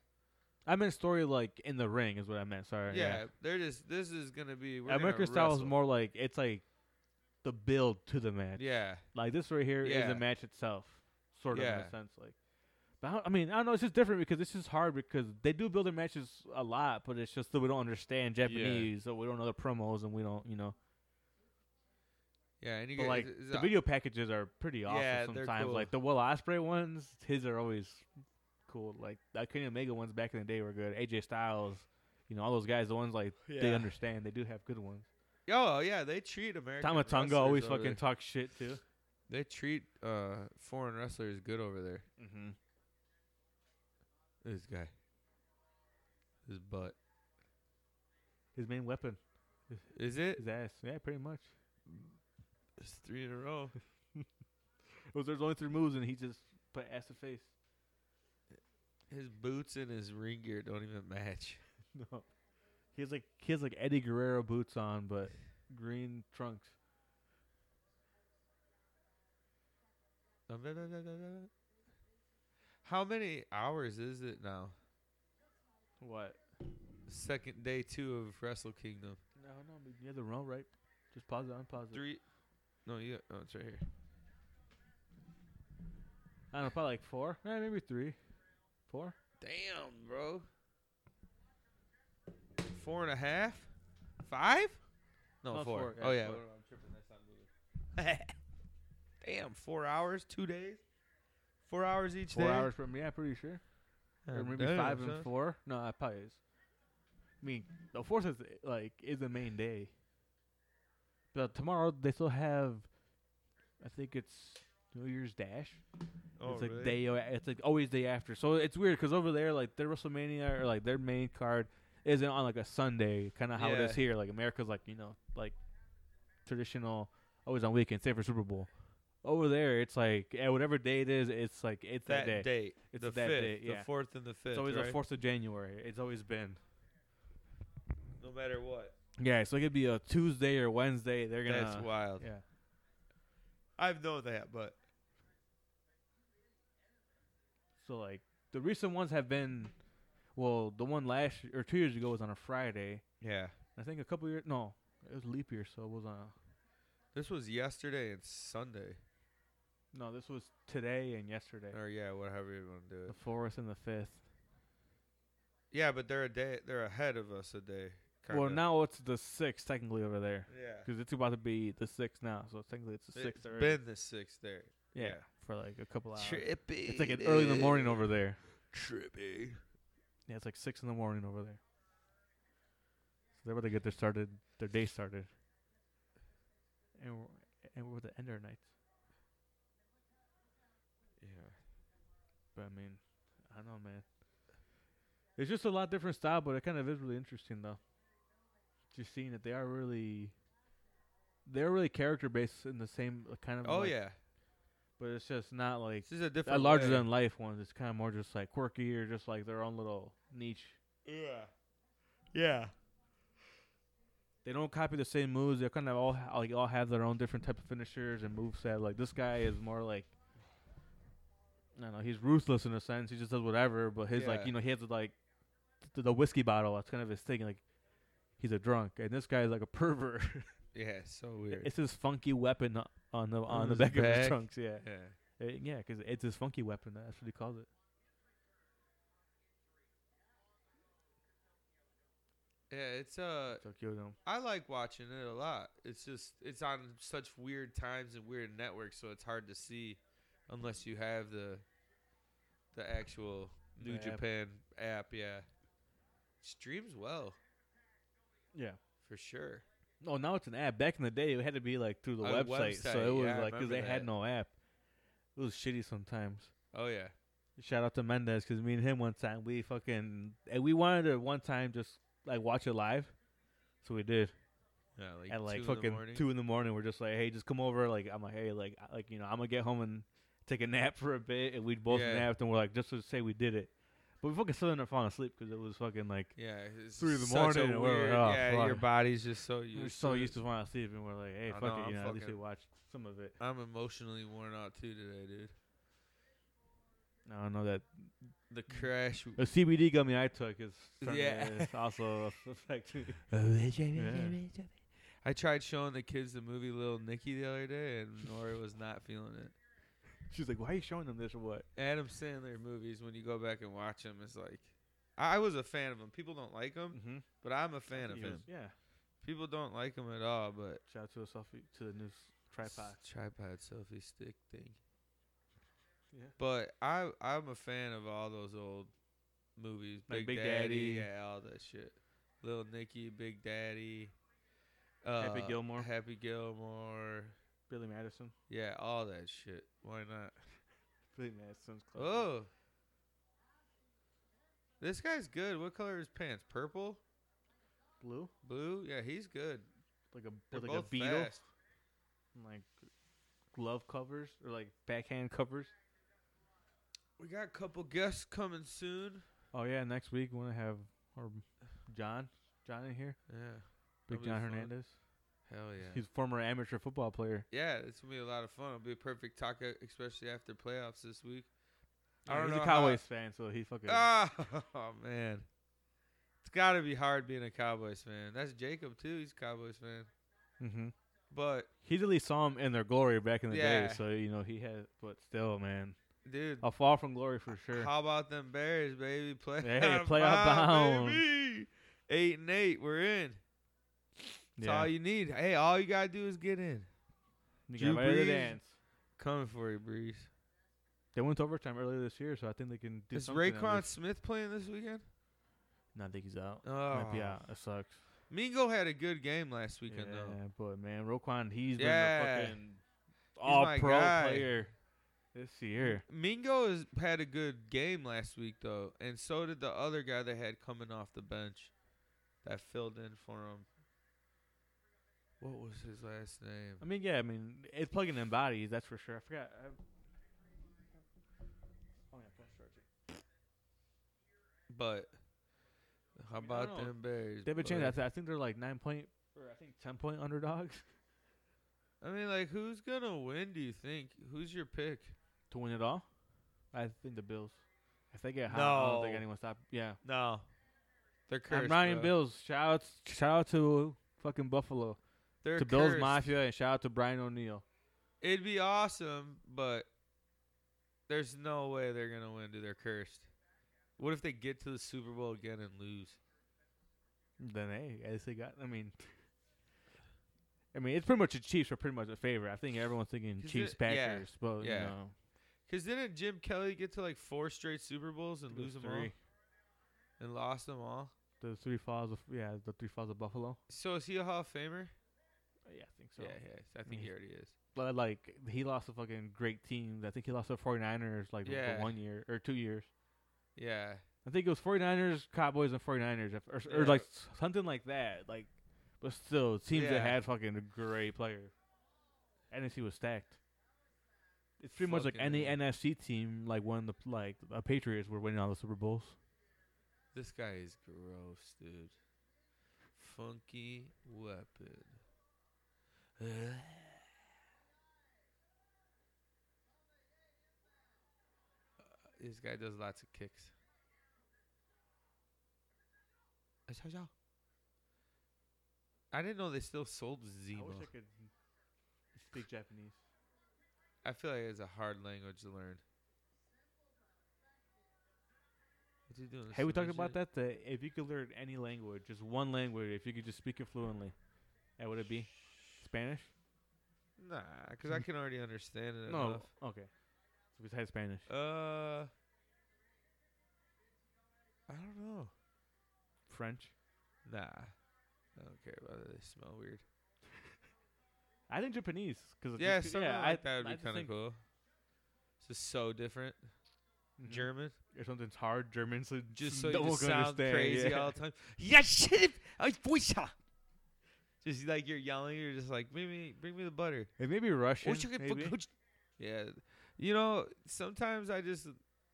I meant story like in the ring is what I meant. Sorry. yeah. They're just. This is gonna be. We're gonna American style is wrestle. more like it's like the build to the match. Yeah. Like this right here is Yeah. the match itself, sort of in Yeah. a sense. Like, but I, don't- I mean, I don't know. It's just different because it's just hard because they do build their matches a lot, but it's just that we don't understand Japanese, so we don't know the promos and we don't, you know. Yeah, and you But get like it's- it's the a- video packages are pretty awesome Yeah, they're sometimes. cool. Like the Will Osprey ones, his are always cool. Like the Kenny Omega ones back in the day were good. AJ Styles, you know, all those guys, the ones like they Yeah. understand, they do have good ones. Oh yeah, they treat American. Tamatunga wrestlers always over fucking there. talks shit too. They treat Mm-hmm. uh, foreign wrestlers good over there. Mm-hmm. This guy. His butt. His main weapon, Is it? his ass. Yeah, pretty much. It's three in a row. It was there's only three moves, and he just put ass to face. His boots and his ring gear don't even match. No, he has like he has like Eddie Guerrero boots on, but green trunks. How many hours is it now? What? Second day two of Wrestle Kingdom. No, no, but you have the wrong right. Just pause it, unpause it. Three. No, you. Oh, it's right here. I don't know, probably like four. Eh, maybe three, four. Damn, bro. Four and a half? Five? No, No, four. four, yeah, Oh, yeah. four. I'm tripping. That's not moving. Damn, four hours, two days? Four hours each Four day? hours from yeah, pretty sure. or God maybe damn, five and son. four. No, it probably is. I mean, the fourth is like is the main day. But tomorrow they still have, I think it's New Year's Dash. Oh, it's like really? day. o- It's like always day after. So it's weird because over there, like their WrestleMania or like their main card isn't on like a Sunday, kind of how it Yeah. is here. Like America's like you know like traditional always on weekends, save for Super Bowl. Over there, it's like at whatever day it is, it's like it's that, that day. date. It's the that fifth, date, yeah. The fourth and the fifth. It's always right? the fourth of January. It's always been. No matter what. Yeah, so it could be a Tuesday or Wednesday. They're gonna. That's wild. Yeah. I've known that, but So like the recent ones have been, well, the one last y- or two years ago was on a Friday. yeah. I think a couple years. No, it was leap year, so it was on. A, This was yesterday and Sunday. no, this was today and yesterday. Or, yeah, whatever you want to do it. The fourth and the fifth. Yeah, but they're a day. They're ahead of us a day. Well, kinda. now it's the sixth technically over there Yeah. because it's about to be the sixth now. So technically it's the It's sixth. already. been the sixth there. yeah, yeah. for like a couple hours. Trippy. It's like an early in the morning over there. Trippy. Yeah, it's like six in the morning over there. So they're about to get their started, their day started. And we're, and we're at the end of our nights. Yeah. But I mean, I don't know, man. It's just a lot different style, but it kind of is really interesting though. Just seeing that they are really, they're really character based in the same uh, kind of. Oh like- yeah. But it's just not like This is a a different. larger way. than life ones. It's kind of more just like quirky or just like their own little niche. Yeah. Yeah. they don't copy the same moves. They kind of all ha- like all have their own different type of finishers and moveset. Like this guy is more like I don't know. He's ruthless in a sense. He just does whatever. But his Yeah. like you know he has like th- the whiskey bottle. That's kind of his thing. Like he's a drunk, and this guy is like a pervert. Yeah. it's So weird. it's his funky weapon o- on the on, On the his back, of his back. trunks. Yeah, yeah. Uh, yeah, because it's his funky weapon. That's what he calls it. Yeah. It's uh. Tokyo Dome. I like watching it a lot. It's just it's on such weird times and weird networks, so it's hard to see unless you have the the actual New The app. Japan app. Yeah. Streams well Yeah. for sure. No, now it's an app. Back in the day, it had to be like through the A website, website, so it was yeah, I like because remember they had that. no app. It was shitty sometimes. Oh yeah. Shout out to Mendez because me and him one time we fucking and we wanted to one time just like watch it live, so we did Yeah, like at like two in the fucking morning. two in the morning. We're just like, hey, just come over. Like I'm like, hey, like I- like you know, I'm gonna get home and take a nap for a bit, and we both Yeah. napped, and we're like, just to say we did it, but we fucking still ended up falling asleep because it was fucking like Yeah, it's Three in the such a morning and we're like, weird- "Oh, yeah, your fuck." body's just so we're used. so to used it. to falling asleep, and we're like, hey, I fuck know, it, I'm you know, at least we fucking- watched some of it. I'm emotionally worn out too today, dude. I don't know that The Mm. crash. the CBD gummy I took is starting Yeah. to also affecting. Yeah. I tried showing the kids the movie Little Nicky the other day, and Nora was not feeling it. She's like, why are you showing them this or what? Adam Sandler movies, when you go back and watch them, it's like I I was a fan of him. People don't like him, Mm-hmm. but I'm a fan of He was- him. Yeah. People don't like him at all, but Shout out to the selfie to the news s- tripod. tripod selfie stick thing. Yeah. But I I'm a fan of all those old movies, Like Big Big, Daddy, Daddy. yeah, all that shit. Little Nicky, Big Daddy, uh, Happy Gilmore. Happy Gilmore, Billy Madison. yeah, all that shit. Why not? Billy Madison's close. Oh, This guy's good. What color are his pants? Purple? Blue, Blue? Yeah, he's good. like a They're with like a both beetle, fast. and, like glove covers or like backhand covers. We got a couple guests coming soon. Oh yeah, next week we're gonna have our John, John in here, Yeah. Big That'll be John fun. Hernandez. Hell yeah. He's a former amateur football player. yeah, it's gonna be a lot of fun. It'll be a perfect talk, uh, especially after playoffs this week. I Yeah, don't he's know a how- Cowboys fan, so he fucking. Oh man, it's got to be hard being a Cowboys fan. That's Jacob too. He's a Cowboys fan, hmm but He's at least saw him in their glory back in the day, Yeah. so you know he had. But still, man, dude, a fall from glory for Oh, sure. how about them Bears, baby? Play Hey, out of playoff bound. baby. Eight and eight, we're in. That's yeah, all you need. Hey, all you gotta do is get in. You Drew got right to Brees. dance. Coming for you, Breeze. They went to overtime earlier this year, so I think they can do Is something. at Raquan least. Smith playing this weekend? No, I think he's out. Oh, Might be out. That sucks. Mingo had a good game last yeah, weekend though. but man, Roquan, he's Yeah. been a fucking all my pro guy. player this year. Mingo has had a good game last week though, and so did the other guy they had coming off the bench that filled in for him. What was his last name? I mean, yeah, I mean, it's plugging in bodies, that's for sure. I forgot. I, oh, yeah, press charger. But how mean, I don't about know. them Bears? David Chan, I, boy? th- I think they're like nine point or I think ten point underdogs I mean, like, who's gonna win? Do you think? Who's your pick? to win it all. I think the Bills. If they get hot, I don't think No. anyone stop. Yeah, No, they're cursed. I'm Ryan bro. Bills. Shout out, shout out to fucking Buffalo, They're to Bills cursed. Mafia, and shout out to Brian O'Neill. It'd be awesome, but there's no way they're gonna win. Dude, they're cursed. What if they get to the Super Bowl again and lose? Then hey, as they got, I mean, I mean, it's pretty much the Chiefs are pretty much a favorite. I think everyone's thinking 'Cause Chiefs, it- yeah, Packers, but you yeah. know, Cause didn't Jim Kelly get to like four straight Super Bowls and It was lose them three. all and lost them all? the three falls of yeah, the three falls of Buffalo. So is he a Hall of Famer? Yeah, I think so. yeah, he is. I think he he's- already is. But like he lost to fucking great teams. I think he lost to 49ers like for Yeah. one year or two years. Yeah, I think it was 49ers, Cowboys, and 49ers, if- or, or Yeah. like s- something like that. Like, but still, teams that Yeah. had fucking a great player. NFC was stacked. It's pretty much like Fucking any A. NFC team, like one the like the Patriots were winning all the Super Bowls. this guy is gross, dude. Funky weapon. this guy does lots of kicks. I didn't know they still sold Zemo. could speak Japanese. I feel like it's a hard language to learn. What's he doing? Hey, we talked Submission? about that. That if you could learn any language, just one language, if you could just speak it fluently, that would it be Spanish? Nah, because I can already understand it No, enough. okay. So besides Spanish, Uh, I don't know. French. Nah, I don't care about it. They smell weird. I think Japanese because Yeah, something yeah, like I, that would I be just kind of think- cool. This is so different. Mhm. German, If something's hard, German, so just so no you one just can sound understand, crazy yeah. all the time. Yeah, shit, I voice her. Just like you're yelling, you're just like, bring me, bring me the butter. It may be Russian. Oh, she can maybe. fucking- Yeah, you know, sometimes I just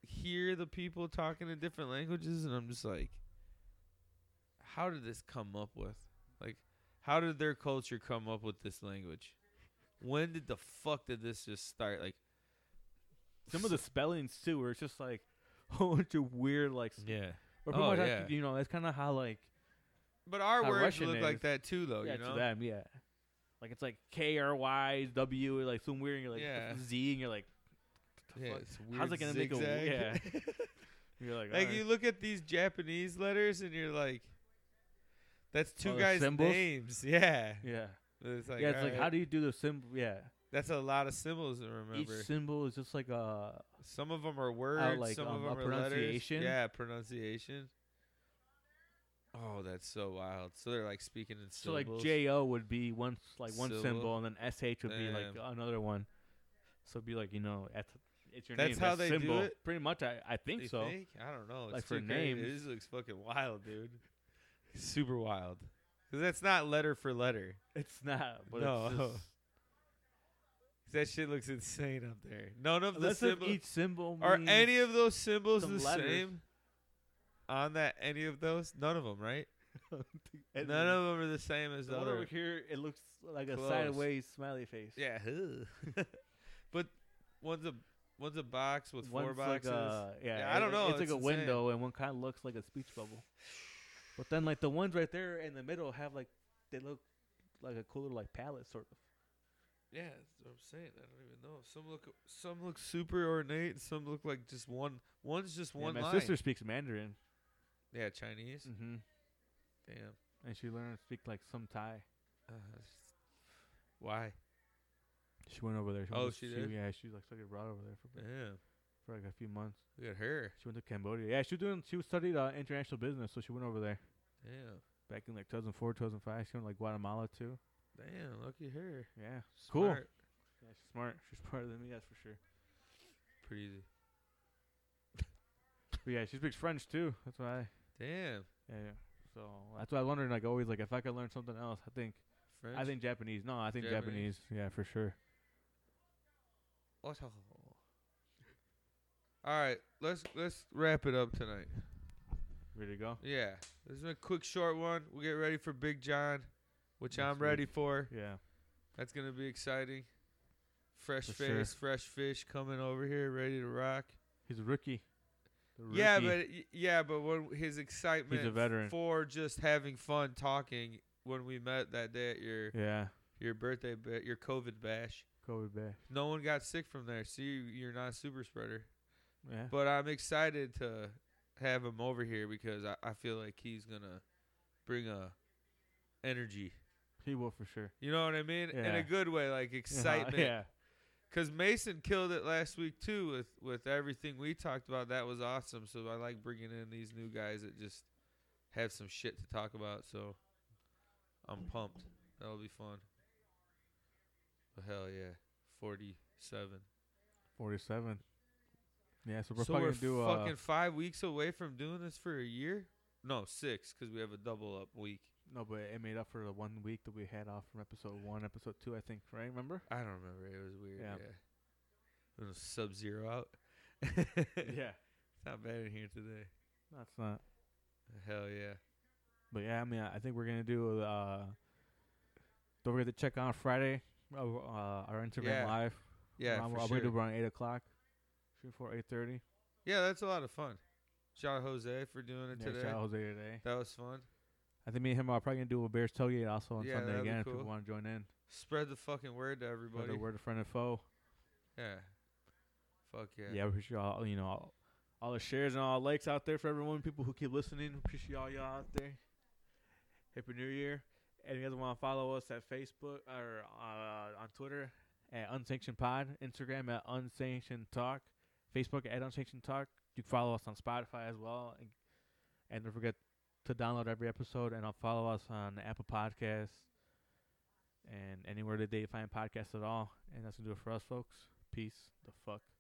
hear the people talking in different languages, and I'm just like, how did this come up with? Like, how did their culture come up with this language? When did the fuck did this just start? Like, Some of the spellings too, where it's just like a whole bunch of weird like. s- yeah, Or pretty Oh, much, I- yeah. you know, that's kind of how like but our How words Russian look is. like that too, though. yeah Oh, you know, to them, yeah. Like it's like K R Y W, like some weird, and you're like Yeah. Z, and you're like, the yeah, fuck? it's weird how's it gonna make a w- zigzag. you're like, like alright. you look at these Japanese letters, and you're like, that's two All the guys' symbols? names. Yeah, yeah, it's like, yeah. It's like, alright. how do you do the symbol? Yeah, That's a lot of symbols to remember. each symbol is just like a some of them are words, like, some um, a of them are letters. pronunciation? Yeah, pronunciation. Oh, that's so wild. So they're like speaking in So syllables. like J O would be one s- like one Syllable. symbol, and then S H would be like Damn. another one. So it'd be like you know at it's your name. That's how they do symbol. it? Pretty much, I, I think You so. think? I don't know. It's Like, for too crazy. names. This looks fucking wild, dude. Super wild. Cause that's not letter for letter. It's not, but it's No. just, 'Cause That shit looks insane up there. None of the unless if symbols each symbol are means- any of those symbols the some letters. same. On that, any of those? None of them, right? None None of them are the same as the the one over other. here. It looks like a Close. sideways smiley face. Yeah. but one's a one's a box with four One's like uh, boxes. a- yeah, Yeah, I it- don't know, It's, like it's a insane. window, and one kind of looks like a speech bubble. But then, like the ones right there in the middle have like they look like a cool little like palette sort of. Yeah, that's what I'm saying. I don't even know. Some look some look super ornate, and some look like just one. One's just Yeah, one my line. sister speaks Mandarin, Yeah, Chinese. hmm Damn. and she learned to speak like some Thai. Uh, s- why? She went over there. She Oh, went to- she did? Yeah, she was like studied abroad over there for, like, Damn. for like a few months. Look at her. She went to Cambodia. Yeah, she was doing. She was studied uh, international business, so she went over there Damn. back in like 2004, 2005. She went to, like Guatemala too. Damn. Look at her. Yeah, Cool. Smart. yeah, she's smart. She's smarter than me, that's for sure. Pretty easy. But yeah, she speaks French too. That's why. Damn. Yeah, yeah. So that's why I was wondering, like, always, like, if I could learn something else, I think, French. I think Japanese. No, I think Japanese. Japanese. Yeah, for sure. Oh. All right. Let's let's wrap it up tonight. Ready to go? Yeah. This is a quick short one. We'll get ready for Big John, which Next I'm ready for. Yeah. That's gonna be exciting. Fresh For sure. face, fresh fish coming over here, ready to rock. He's a rookie. The Yeah, rookie. but y- yeah, but when his excitement veteran. for just having fun talking when we met that day at your yeah, your birthday ba- your COVID bash. COVID bash. No one got sick from there. See, you're not a super spreader. Yeah. But I'm excited to have him over here because I, I feel like he's gonna bring a energy. He will for sure. You know what I mean? In Yeah. Uh-huh, a good way, like excitement. Yeah. Cause Mason killed it last week too with with everything we talked about. That was awesome. So I like bringing in these new guys that just have some shit to talk about. So I'm pumped. That'll be fun. But hell yeah, forty-seven. 47. Yeah, so we're so fucking we're do uh, fucking five weeks away from doing this for a year. No, six, cause we have a double up week. no, but it made up for the one week that we had off from episode one, episode two, I think. Right? Remember? I don't remember. It was weird. Yeah. Yeah. It was sub zero out. yeah. It's not bad in here today. That's not. Hell yeah. But yeah, I mean, I I think we're gonna do. Uh, don't forget to check on Friday uh, uh, our Instagram Yeah. live. Yeah, around, for I'll sure. do around eight o'clock, between four eight thirty. Yeah, that's a lot of fun. Shout out Jose for doing it Yeah, today. shout out Jose today. That was fun. I think me and him are probably gonna do a Bears tailgate also on Yeah, Sunday that'd be again if cool. people want to join in. Spread the fucking word to everybody. Whether we're the friend and foe. Yeah. Fuck yeah. Yeah, we appreciate all you know all, all the shares and all the likes out there for everyone. People who keep listening, appreciate all y'all out there. Happy New Year! And if you guys want to follow us at Facebook or uh, on Twitter at Unsanctioned Pod, Instagram at Unsanctioned Talk, Facebook at Unsanctioned Talk. You can follow us on Spotify as well, and, and don't forget to download every episode and follow us on Apple Podcasts and anywhere that they find podcasts at all. And that's gonna do it for us, folks. Peace the fuck